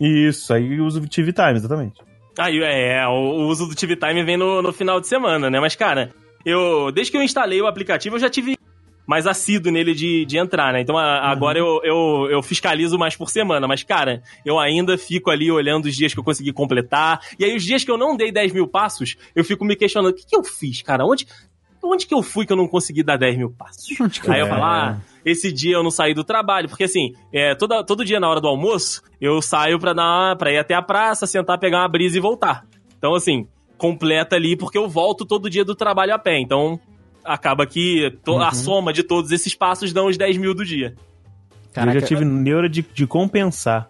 Isso, aí usa o TV Time, exatamente. Aí, é, é, o, o uso do TV Time vem no, no final de semana, né? Mas, cara, eu. Desde que eu instalei o aplicativo, eu já tive mais assíduo nele de, de entrar, né? Então a- agora eu, eu, eu fiscalizo mais por semana. Mas, cara, eu ainda fico ali olhando os dias que eu consegui completar. E aí, os dias que eu não dei 10 mil passos, eu fico me questionando: o que, que eu fiz, cara? Onde. Onde que eu fui que eu não consegui dar 10 mil passos? Onde que Aí eu É. falo, ah, esse dia eu não saí do trabalho, porque assim, é, toda, todo dia na hora do almoço, eu saio pra, dar, pra ir até a praça, sentar, pegar uma brisa e voltar. Então, assim, completa ali, porque eu volto todo dia do trabalho a pé. Então, acaba que to- a soma de todos esses passos dão os 10 mil do dia. Eu já tive neura de, de compensar.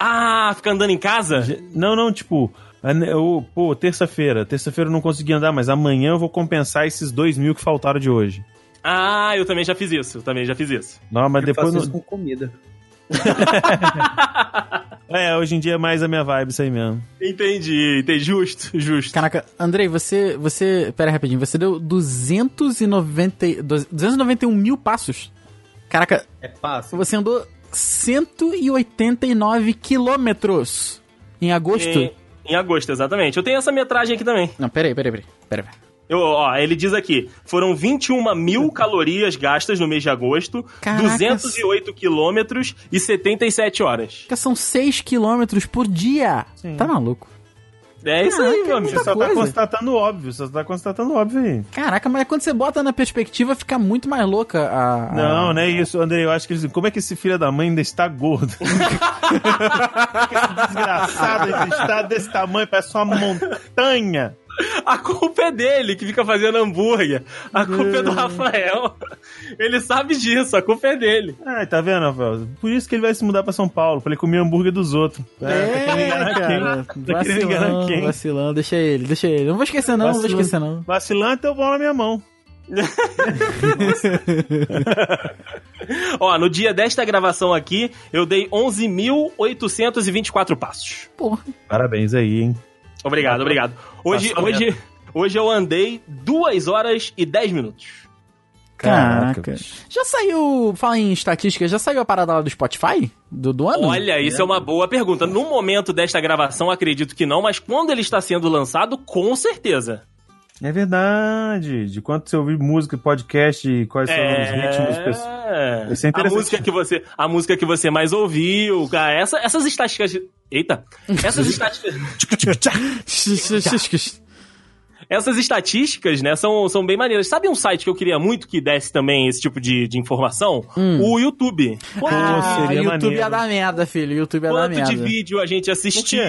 Ah, fica andando em É. casa? Já- Não, não, tipo, a ne- eu, pô, terça-feira, terça-feira eu não consegui andar, mas amanhã eu vou compensar esses dois mil que faltaram de hoje. Ah, eu também já fiz isso, eu também já fiz isso. Não, mas Eu faço depois. não- isso com comida. É, hoje em dia é mais a minha vibe isso aí mesmo. Entendi, entendi, justo, justo. Caraca, Andrei, você. você pera aí rapidinho, você deu 290, e- 291 mil passos. Caraca, É fácil. você andou 189 quilômetros em agosto. Em, em agosto, exatamente. Eu tenho essa metragem aqui também. Não, peraí, peraí, peraí. peraí. Eu, ó, ele diz aqui: foram 21 mil calorias gastas no mês de agosto, Caracas. 208 quilômetros e 77 horas. Caraca, São 6 quilômetros por dia. Tá maluco? É isso aí, meu amigo. Você só tá coisa. constatando óbvio, você só tá constatando óbvio aí. Caraca, mas quando você bota na perspectiva, fica muito mais louca a. a- Não, não é isso, André. Eu acho que eles. Como é que esse filho da mãe ainda está gordo? Que esse desgraçado ele está desse tamanho, parece uma montanha. A culpa é dele que fica fazendo hambúrguer. A culpa é do Rafael. Ele sabe disso, a culpa é dele. Ai, tá vendo, Rafael? Por isso que ele vai se mudar pra São Paulo, pra ele comer hambúrguer dos outros. É, cara, Tá enganar vacilão, quem? vacilão, deixa ele, deixa ele. Não vou esquecer não, não vou Vacilão. esquecer não. Vacilante, eu vou na minha mão. Ó, no dia desta gravação aqui, eu dei 11.824 passos. Parabéns aí, hein? Obrigado, obrigado. Hoje, Passou hoje, hoje eu andei 2 horas e 10 minutos. Caraca. bicho. Já saiu, fala em estatística, já saiu a parada lá do Spotify? Do, do ano? Olha, isso é uma né? boa pergunta. No momento desta gravação, acredito que não, mas quando ele está sendo lançado, com certeza. É verdade. De quanto você ouviu música, e podcast, e quais são os ritmos. pessoas. Isso é a interessante. música que você, a música que você mais ouviu, cara, essa- essas estatísticas, eita, essas estatísticas, essas estatísticas, né, são, são bem maneiras. Sabe um site que eu queria muito que desse também esse tipo de, de informação? Hum. O YouTube. Quanto, Ah, seria YouTube ia maneiro. dar merda, filho. é YouTube ia dar quanto merda. de vídeo a gente Por assistiu?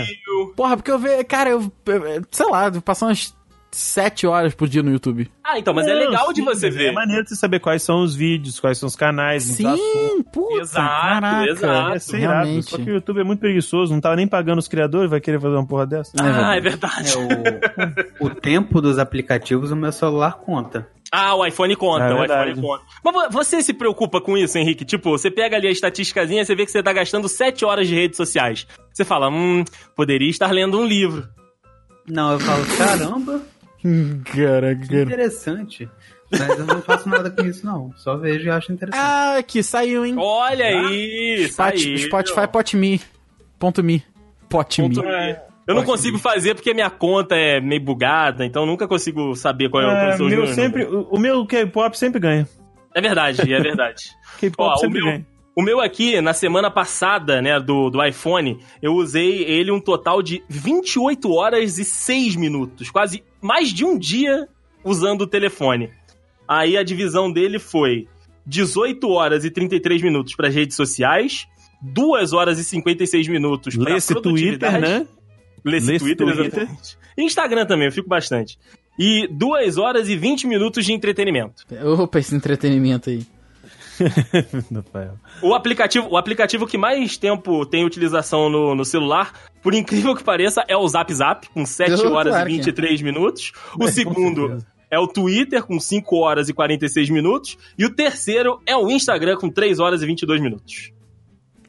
Porra, porque eu vejo. Cara, eu. eu- Sei lá, passou umas 7 horas por dia no YouTube. Ah, então, mas é Não, legal de sim, você mas É ver. maneiro você saber quais são os vídeos, quais são os canais. os assuntos. Sim, puta. Exato, caraca. exato. É ser irado. Realmente. Só que o YouTube é muito preguiçoso, não tava nem pagando os criadores, vai querer fazer uma porra dessa? Ah, é verdade. É, o, o tempo dos aplicativos, o meu celular conta. Ah, o iPhone conta, É o verdade. iPhone conta. Mas vo- você se preocupa com isso, Henrique? Tipo, você pega ali a estatísticazinha e você vê que você tá gastando 7 horas de redes sociais. Você fala, hum, poderia estar lendo um livro. Não, eu falo, caramba, que é Caraca. interessante. Mas eu não faço nada com isso, não. Só vejo e acho interessante. Ah, aqui, saiu, hein? Olha Ah, aí, Spot- saiu. Spotify é Potme. Ponto me. Potme. Ponto- Eu não consigo fazer porque minha conta é meio bugada, então nunca consigo saber qual é, o- quais É, são os meu meus sempre, números. o, o meu K-pop sempre ganha. É verdade, é verdade. K-pop Ó, o sempre meu, ganha. o meu aqui, na semana passada, né, do, do iPhone, eu usei ele um total de 28 horas e 6 minutos. Quase mais de um dia usando o telefone. Aí a divisão dele foi 18 horas e 33 minutos para redes sociais, 2 horas e 56 minutos para Lê esse Twitter, né? Lê esse Lê esse Twitter, Twitter. exatamente. Instagram também, eu fico bastante. E 2 horas e 20 minutos de entretenimento. Opa, esse entretenimento aí. Rafael. O aplicativo, o aplicativo que mais tempo tem utilização no, no celular, por incrível que pareça, é o Zap Zap, com 7 Eu, horas claro e que é. 23 minutos. O É, com segundo certeza. é o Twitter, com 5 horas e 46 minutos. E o terceiro é o Instagram, com 3 horas e 22 minutos.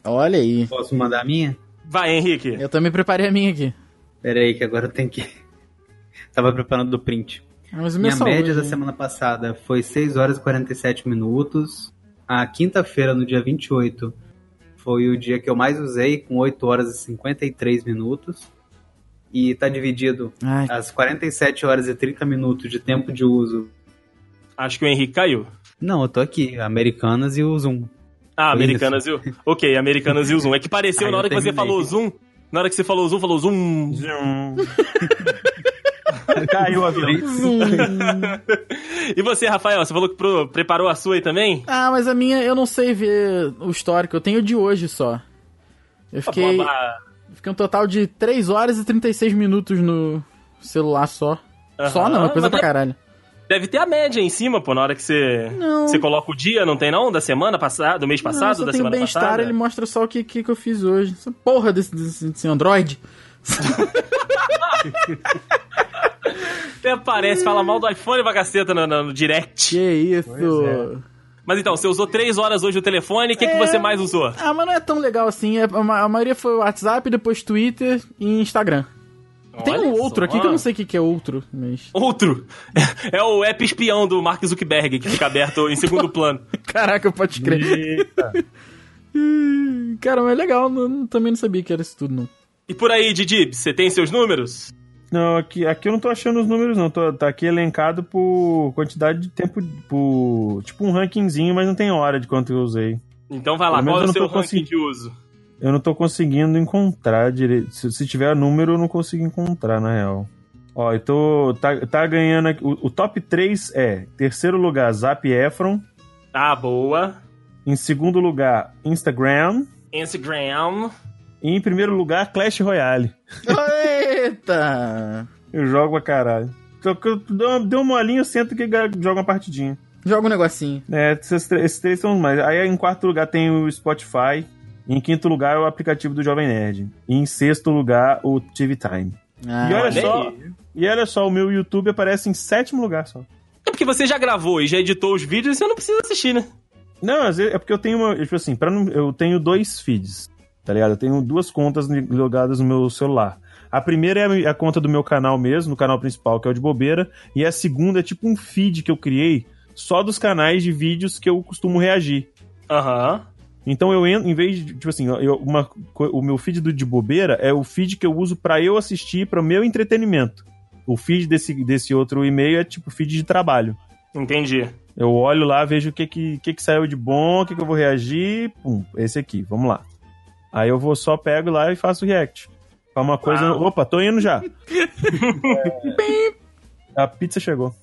Olha aí. Posso mandar a minha? Vai, Henrique. Eu também preparei a minha aqui. Pera aí, que agora eu tenho que. Tava preparando do print. Mas o meu Minha saúde, média da né? semana passada foi 6 horas e 47 minutos. A quinta-feira, no dia 28, foi o dia que eu mais usei, com 8 horas e 53 minutos. E tá dividido Ai, as 47 horas e 30 minutos de tempo de uso. Acho que o Henrique caiu. Não, eu tô aqui, Americanas e o Zoom. Ah, Foi Americanas e o... Ok, Americanas e o Zoom. É que pareceu Aí na eu hora que você terminei. falou Zoom... Na hora que você falou Zoom, falou Zoom. Caiu o avião. E você, Rafael, você falou que pro- preparou a sua aí também? Ah, mas a minha eu não sei ver o histórico. Eu tenho de hoje só. Eu Tá fiquei, Boba. fiquei um total de 3 horas e 36 minutos no celular só. Só Aham, não, é coisa mas pra caralho. Deve ter a média em cima, pô, na hora que você, Não. você coloca o dia, não tem não? Da semana passada, do mês não, eu passado, só da tenho semana bem-estar, passada? ele mostra só o que, que, que eu fiz hoje. Essa porra desse, desse, desse Android. Até parece, fala mal do iPhone pra caceta no, no- no direct. Que isso. Mas então, você usou três horas hoje o telefone, o que, que você mais usou? Ah, mas não é tão legal assim. É- A, ma- a maioria foi WhatsApp, depois Twitter e Instagram. Tem Olha um outro só. aqui que eu não sei o que, que é outro, mas... Outro! É o app espião do Mark Zuckerberg, que fica aberto em segundo plano. Caraca, pode crer. Hum, Cara, mas é legal, não- não- também não sabia que era isso tudo, não. E por aí, Didi, você tem seus números? Não, aqui, aqui eu não tô achando os números, não. Tô, tá aqui elencado por quantidade de tempo. Por, tipo um rankingzinho, mas não tem hora de quanto eu usei. Então vai lá, Pelo menos qual é eu o não seu tô ranking conseguindo. de uso? Eu não tô conseguindo encontrar direito. Se, se tiver número, eu não consigo encontrar, na real. Ó, eu tô. Tá, tá ganhando aqui. O, o top 3 é: terceiro lugar, Zap Efron. Ah, boa. Em segundo lugar, Instagram. Instagram. E em primeiro lugar, Clash Royale. Eita! Eu jogo pra caralho. Só que eu dou uma- dou um molinho, eu sento que ga- joga uma partidinha. Joga um negocinho. É, esses, três- esses três são os mais. Aí em quarto lugar tem o Spotify. Em quinto lugar, é o aplicativo do Jovem Nerd. E em sexto lugar, o TV Time. Ah, e olha olha só. aí. E olha só, o meu YouTube aparece em sétimo lugar só. É porque você já gravou e já editou os vídeos, você não precisa assistir, né? Não, às vezes é porque eu tenho uma. Tipo assim, pra não, eu tenho dois feeds, tá ligado? Eu tenho duas contas logadas no meu celular. A primeira é a mi- a conta do meu canal mesmo, no canal principal, que é o de bobeira. E a segunda é tipo um feed que eu criei só dos canais de vídeos que eu costumo reagir. Aham. Então eu entro, em vez de, tipo assim, eu- uma co- o meu feed do de bobeira é o feed que eu uso pra eu assistir, para meu entretenimento. O feed desse, desse outro e-mail é tipo feed de trabalho. Entendi. Eu olho lá, vejo o que que, que, que saiu de bom, o que, que eu vou reagir, pum, esse aqui, vamos lá. Aí eu vou só pego lá e faço react. É uma coisa. Uau. Opa, tô indo já. É, a pizza chegou.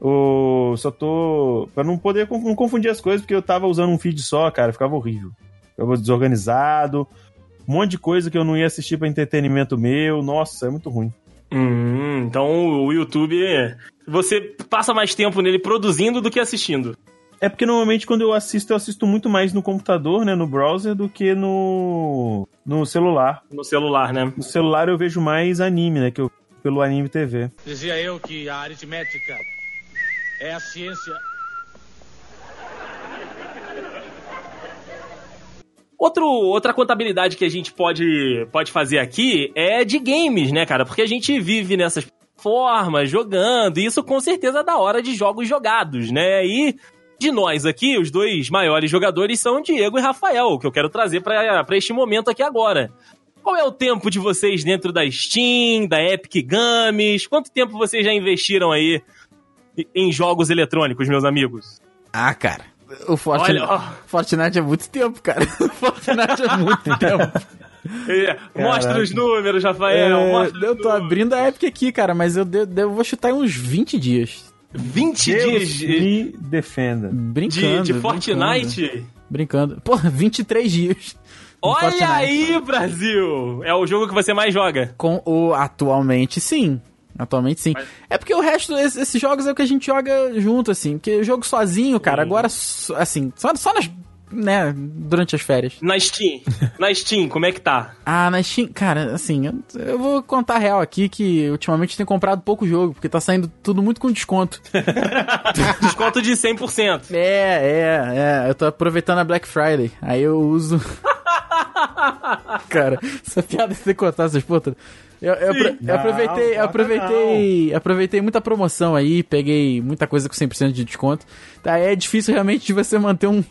O, só tô. Pra não poder con- não confundir as coisas, porque eu tava usando um feed só, cara, ficava horrível. Ficava desorganizado. Um monte de coisa que eu não ia assistir pra entretenimento meu. Nossa, é muito ruim. Hum, então o YouTube. Você passa mais tempo nele produzindo do que assistindo. É porque normalmente quando eu assisto, eu assisto muito mais no computador, né? No browser, do que no. no celular. No celular, né? No celular eu vejo mais anime, né? Que eu pelo anime TV. Dizia eu que a aritmética é a ciência. Outro, outra contabilidade que a gente pode, pode fazer aqui é de games, né, cara? Porque a gente vive nessas formas, jogando, e isso com certeza é da hora de jogos jogados, né? E de nós aqui, os dois maiores jogadores são Diego e Rafael, que eu quero trazer pra pra este momento aqui agora. Qual é o tempo de vocês dentro da Steam, da Epic Games? Quanto tempo vocês já investiram aí em jogos eletrônicos, meus amigos? Ah, cara. O Fortnite, Olha, ó. Fortnite é muito tempo, cara. Fortnite é muito tempo. Eh, Mostra os números, É, Rafael. mostra os eu tô números. abrindo a Epic aqui, cara, mas eu, de- de- eu vou chutar em uns 20 dias. 20 dias Deus de, me defenda. Brincando. de, de brincando, Fortnite? Brincando. Porra, 23 dias. no Olha Fortnite. aí, Brasil! É o jogo que você mais joga. Com o atualmente, sim. Atualmente, sim. É porque o resto, es- esses jogos é o que a gente joga junto, assim. Porque o jogo sozinho, cara, agora, so- assim, só, só nas. Né, durante as férias. Na Steam. Na Steam, como é que tá? Ah, na Steam, cara, assim, eu, eu vou contar a real aqui que ultimamente tem comprado pouco jogo, porque tá saindo tudo muito com desconto. Desconto de 100%. É, é, é. Eu tô aproveitando a Black Friday. Aí eu uso. Cara, essa piada você contar essas putas. Eu, eu apro- eu Não, aproveitei, eu conta aproveitei, aproveitei muita promoção aí, peguei muita coisa com 100% de desconto. Aí é difícil realmente de você manter um,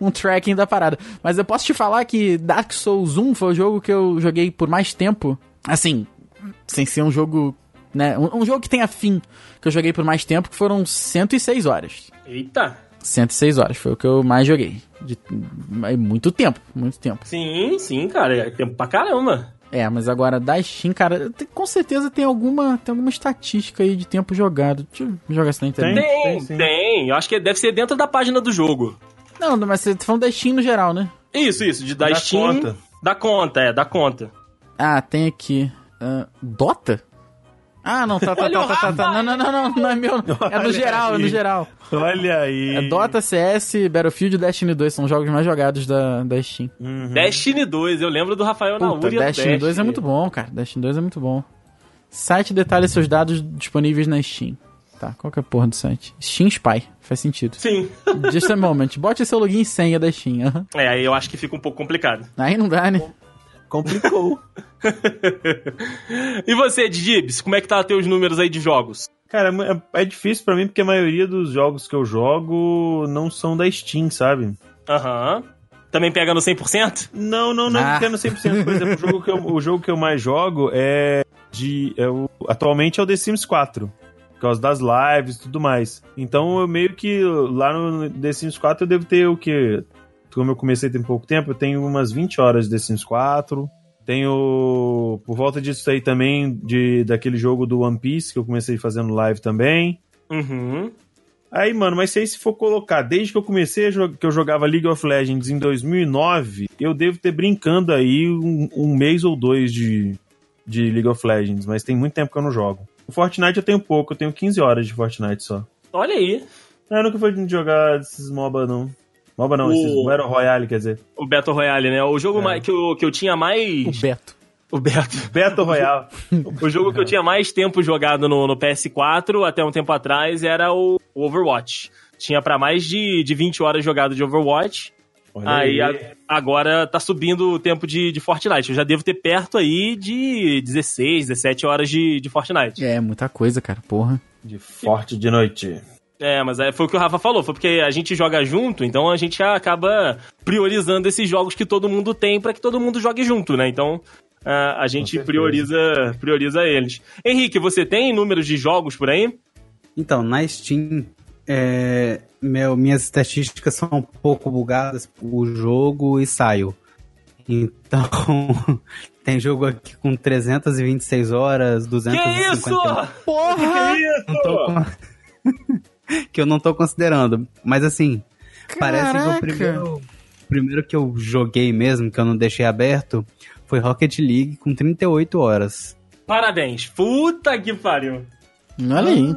um tracking da parada. Mas eu posso te falar que Dark Souls 1 foi o jogo que eu joguei por mais tempo. Assim, sem ser um jogo, né, um, um jogo que tenha fim, que eu joguei por mais tempo, que foram 106 horas. Eita! 106 horas, foi o que eu mais joguei. De, é muito tempo, muito tempo. Sim, sim, cara. É tempo pra caramba. É, mas agora da Steam, cara, tem- com certeza tem alguma, tem alguma estatística aí de tempo jogado. Deixa eu jogar isso na internet. Tem, Tem, tem, tem. sim. Eu acho que deve ser dentro da página do jogo. Não, mas você tá falando da Steam no geral, né? Isso, isso. De, da, Da Steam. conta. Da conta, é, da conta. Ah, tem aqui. ah, Dota? Ah, não, tá, tá, Olha tá, o tá, tá, tá. Não, não, não, não, não é meu. É no Olha geral, é no aí. geral. Olha aí. É Dota, CS, Battlefield e Destiny 2 são os jogos mais jogados da, da Steam. Uhum. Destiny 2. Eu lembro do Rafael na Puta, Nauri. Destiny 2 é muito bom, cara. Destiny 2 é muito bom. Site detalha seus dados disponíveis na Steam. Tá, qual que é a porra do site? Steam Spy, faz sentido. Sim. Just a moment, bote seu login e senha da Steam. aham. É, aí eu acho que fica um pouco complicado. Aí não dá, né? Complicou. E você, Didibs, como é que tá teus números aí de jogos? Cara, é, é difícil pra mim porque a maioria dos jogos que eu jogo não são da Steam, sabe? Aham. Também pega no 100%? Não, não, não Ah. entendo 100%. Por exemplo, o jogo, que eu, o jogo que eu mais jogo é de. é o- atualmente é o The Sims 4. Por causa das lives e tudo mais. Então eu meio que lá no The Sims 4 eu devo ter o quê? Como eu comecei tem pouco tempo, eu tenho umas 20 horas de The Sims 4. Tenho. Por volta disso aí também, de, daquele jogo do One Piece que eu comecei fazendo live também. Uhum. Aí, mano, mas se aí se for colocar, desde que eu comecei a jo- que eu jogava League of Legends em 2009, eu devo ter brincando aí um, um mês ou dois de, de League of Legends, mas tem muito tempo que eu não jogo. O Fortnite eu tenho pouco, eu tenho 15 horas de Fortnite só. Olha aí. Eu nunca fui de jogar esses MOBA, não. MOBA não, O- esses Battle Royale, quer dizer. O Battle Royale, né? O jogo mais- que, eu, que eu tinha O mais. Beto. É. O Beto. Battle Royale. O jogo que eu tinha mais tempo jogado no, no PS4 até um tempo atrás era o o Overwatch. Tinha pra mais de, de 20 horas jogado de Overwatch. Olha Aí, a- agora tá subindo o tempo de, de Fortnite. Eu já devo ter perto aí de 16, 17 horas de, de Fortnite. É, muita coisa, cara, porra. De forte de noite. É, mas é, foi o que o Rafa falou, foi porque a gente joga junto, então a gente acaba priorizando esses jogos que todo mundo tem pra que todo mundo jogue junto, né? Então a, a gente certeza. prioriza, prioriza eles. Henrique, você tem números de jogos por aí? Então, na Steam, é, meu, minhas estatísticas são um pouco bugadas, o jogo e saio. Então, tem jogo aqui com 326 horas, Que 250 isso? um. Porra! Não um. tô con- que eu não tô considerando. Mas assim, parece que Caraca. o primeiro, o primeiro que eu joguei mesmo, que eu não deixei aberto, foi Rocket League com 38 horas. Parabéns. Puta que pariu. Olha aí.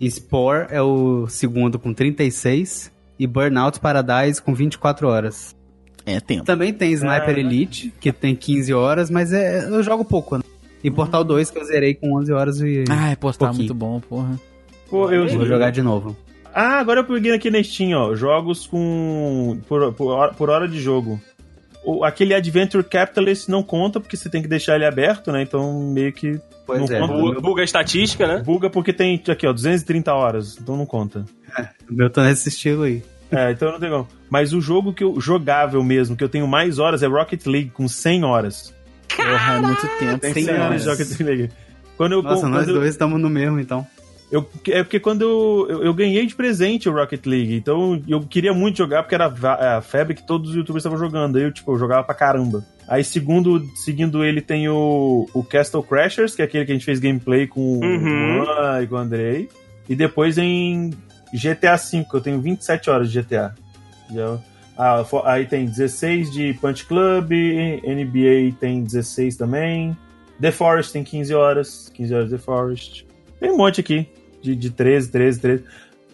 E Spore é o segundo com 36 e Burnout Paradise com 24 horas. É tempo. Também tem Sniper Caraca. Elite, que tem 15 horas, mas é, eu jogo pouco, né? E Portal 2, que eu zerei com 11 horas e Ah, é postar Pouquinho. muito bom, porra. Pô, eu vou jogar de novo. Ah, agora eu peguei aqui na Steam, ó. Jogos com. por, por hora, por hora de jogo. O- aquele Adventure Capitalist não conta, porque você tem que deixar ele aberto, né? Então meio que Pois Não é, conta o Bu- meu, Buga a estatística, né? buga, porque tem aqui, ó, 230 horas, então não conta. o meu tá nesse estilo aí. É, então não tem como. Mas o jogo que eu jogável mesmo, que eu tenho mais horas, é Rocket League, com 100 horas. Porra, é muito tempo. Tem 100, Cem horas de horas. Rocket League. Quando eu, Nossa, quando nós eu- dois estamos no mesmo, então. Eu- é porque quando eu, eu, eu ganhei de presente o Rocket League, então eu queria muito jogar porque era a va- é, a febre que todos os youtubers estavam jogando. Aí eu, tipo, eu jogava pra caramba. Aí, segundo, seguindo ele, tem o, o Castle Crashers, que é aquele que a gente fez gameplay com Uhum. o Juan e com o Andrei. E depois em GTA V, que eu tenho 27 horas de GTA. Já- ah, fo- aí tem 16 de Punch Club, NBA tem 16 também. The Forest tem 15 horas. 15 horas The Forest. Tem um monte aqui. De, de 13, 13, 13.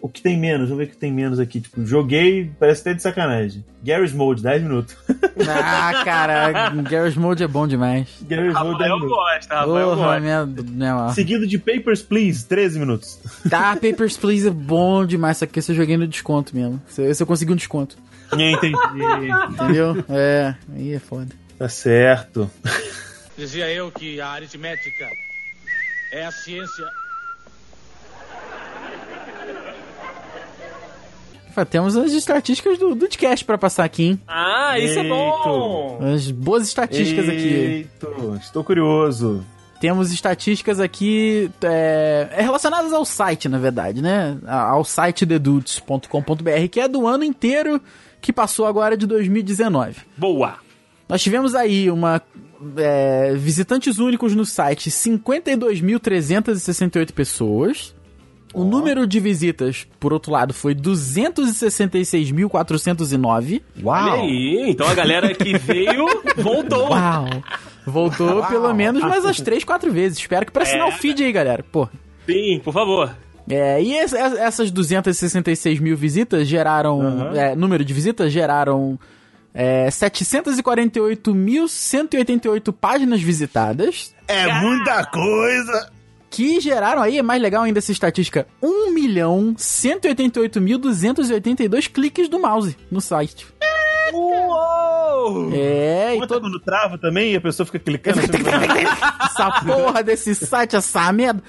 O que tem menos? Vamos ver o que tem menos aqui. Tipo, joguei, parece até de sacanagem. Garry's Mode, 10 minutos. Ah, cara, Ah, Garry's Mode é bom demais. Garry's Mode, 10 Rafael minutos. gosta, Rafael um. Porra, gosta. minha, minha... Seguido de Papers, Please, 13 minutos. Tá, Papers, Please é bom demais, só que esse eu joguei no desconto mesmo. Se eu, se eu consegui um desconto, Nem entendi. entendeu? É, aí é foda. tá certo. Dizia eu que a aritmética é a ciência. Fá, Temos as estatísticas do Dudcast pra passar aqui, hein? Ah, isso é bom. As boas estatísticas aqui. Eito, estou curioso. Temos estatísticas aqui é, é relacionadas ao site, na verdade, né? A- Ao site dedudes.com.br, que é do ano inteiro que passou agora de 2019. Boa. Nós tivemos aí uma. é, visitantes únicos no site, 52.368 pessoas. O número de visitas, por outro lado, foi 266.409. Olha aí, então a galera que veio voltou. Uau! Voltou pelo menos mais umas 3, 4 vezes. Espero que pra assinar o feed aí, galera. Pô. Sim, por favor. É, e es- es- essas 266 mil visitas geraram. é, número de visitas geraram é, 748.188 páginas visitadas. É muita coisa. Que geraram aí, é mais legal ainda essa estatística: 1.188.282 cliques do mouse no site. Uou! É, e Conta todo. quando trava também e a pessoa fica clicando. assim, essa porra desse site, essa merda.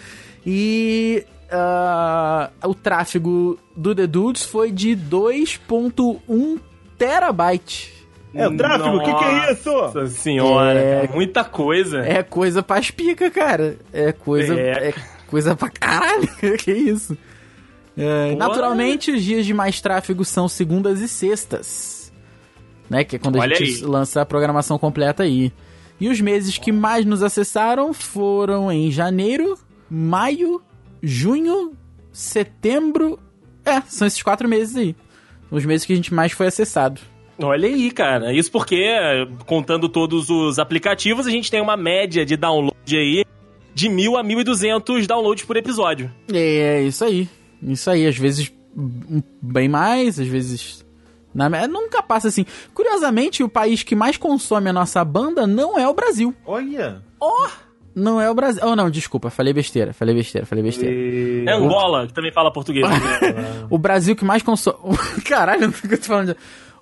E ah, o tráfego do The Dudes foi de 2.1 terabyte. é o tráfego, o que, que é isso? Nossa senhora, É. cara, muita coisa. É coisa pras pica, cara. É coisa. É. É, coisa pra caralho. que isso? É, Porra. naturalmente, os dias de mais tráfego são segundas e sextas. Né? Que é quando Olha a aí. gente lança a programação completa aí. E os meses que mais nos acessaram foram em janeiro, maio, junho, setembro. É, são esses quatro meses aí. Os meses que a gente mais foi acessado. Olha aí, cara. Isso porque, eh, contando todos os aplicativos, a gente tem uma média de download aí de 1.000 a 1.200 downloads por episódio. É, é isso aí. Isso aí. Às vezes um- bem mais, às vezes Na- é, nunca passa assim. Curiosamente, o país que mais consome a nossa banda não é o Brasil. Olha! Não é o Brasil. Oh, não, desculpa, falei besteira, falei besteira, falei besteira. É Angola, que também fala português. O Brasil que mais consome. Caralho, o que eu tô falando?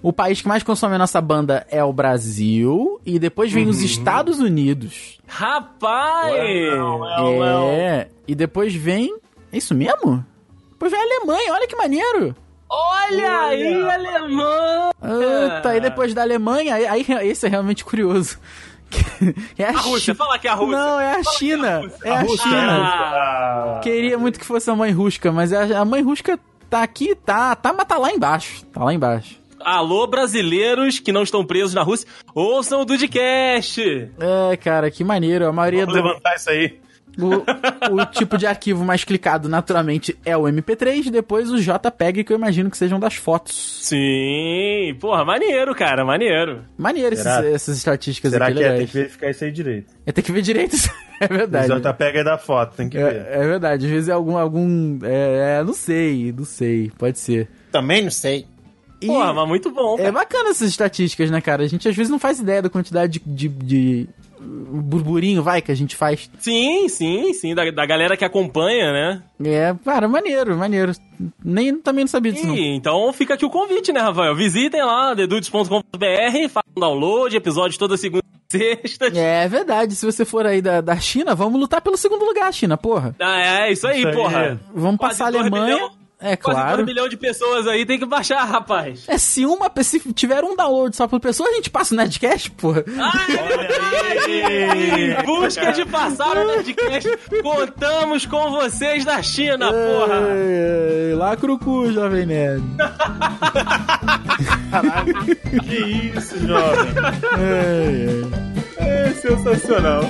O país que mais consome a nossa banda é o Brasil. E depois vem os Estados Unidos. Rapaz! é. E depois vem. É isso mesmo? Depois vem a Alemanha, olha que maneiro! Olha aí, alemão! Ah, tá, e depois da Alemanha, aí, aí esse é realmente curioso. É a, A Rússia, Chi- fala que é a Rússia. Não, é a China. É a, China. Ah, Queria muito que fosse a mãe rusca, mas a, a mãe rusca tá aqui, tá, tá, mas tá lá embaixo. Tá lá embaixo. Alô, brasileiros que não estão presos na Rússia, ouçam o Dudcast! É, cara, que maneiro. A maioria Vamos do. levantar isso aí. O, o tipo de arquivo mais clicado naturalmente é o MP3, depois o JPEG, que eu imagino que sejam das fotos. Sim, porra, maneiro, cara, maneiro. Maneiro esses- Será? essas estatísticas Será aqui, que é? Tem legais. que verificar isso aí direito. É, tem que ver direito, isso é verdade. O pega é da foto, tem que ver. É, é verdade, às vezes é algum. algum é, é, não sei, não sei, pode ser. Também não sei. E Porra, mas muito bom, é cara. bacana essas estatísticas, né, cara? A gente às vezes não faz ideia da quantidade de. de, de burburinho, vai, que a gente faz. Sim, sim, sim, da, da galera que acompanha, né? É, cara, maneiro, maneiro. Nem, também não sabia disso, não. E, então fica aqui o convite, né, Rafael? Visitem lá, dedudes.com.br, façam download, episódios toda segunda e sexta. É verdade, se você for aí da, da China, vamos lutar pelo segundo lugar, China, porra. Ah, é, isso aí, Isso aí. porra. Vamos Quase passar a dois Alemanha. milhão- é Quase claro. 2 milhões de pessoas aí, tem que baixar, rapaz. É, se uma se tiver um download só por pessoa, a gente passa o Nerdcast, porra. Em busca de passar o Nerdcast, contamos com vocês da China, porra! Ei, ei, Lacra o cu, jovem nerd. Que isso, jovem? Ei, ei. É sensacional.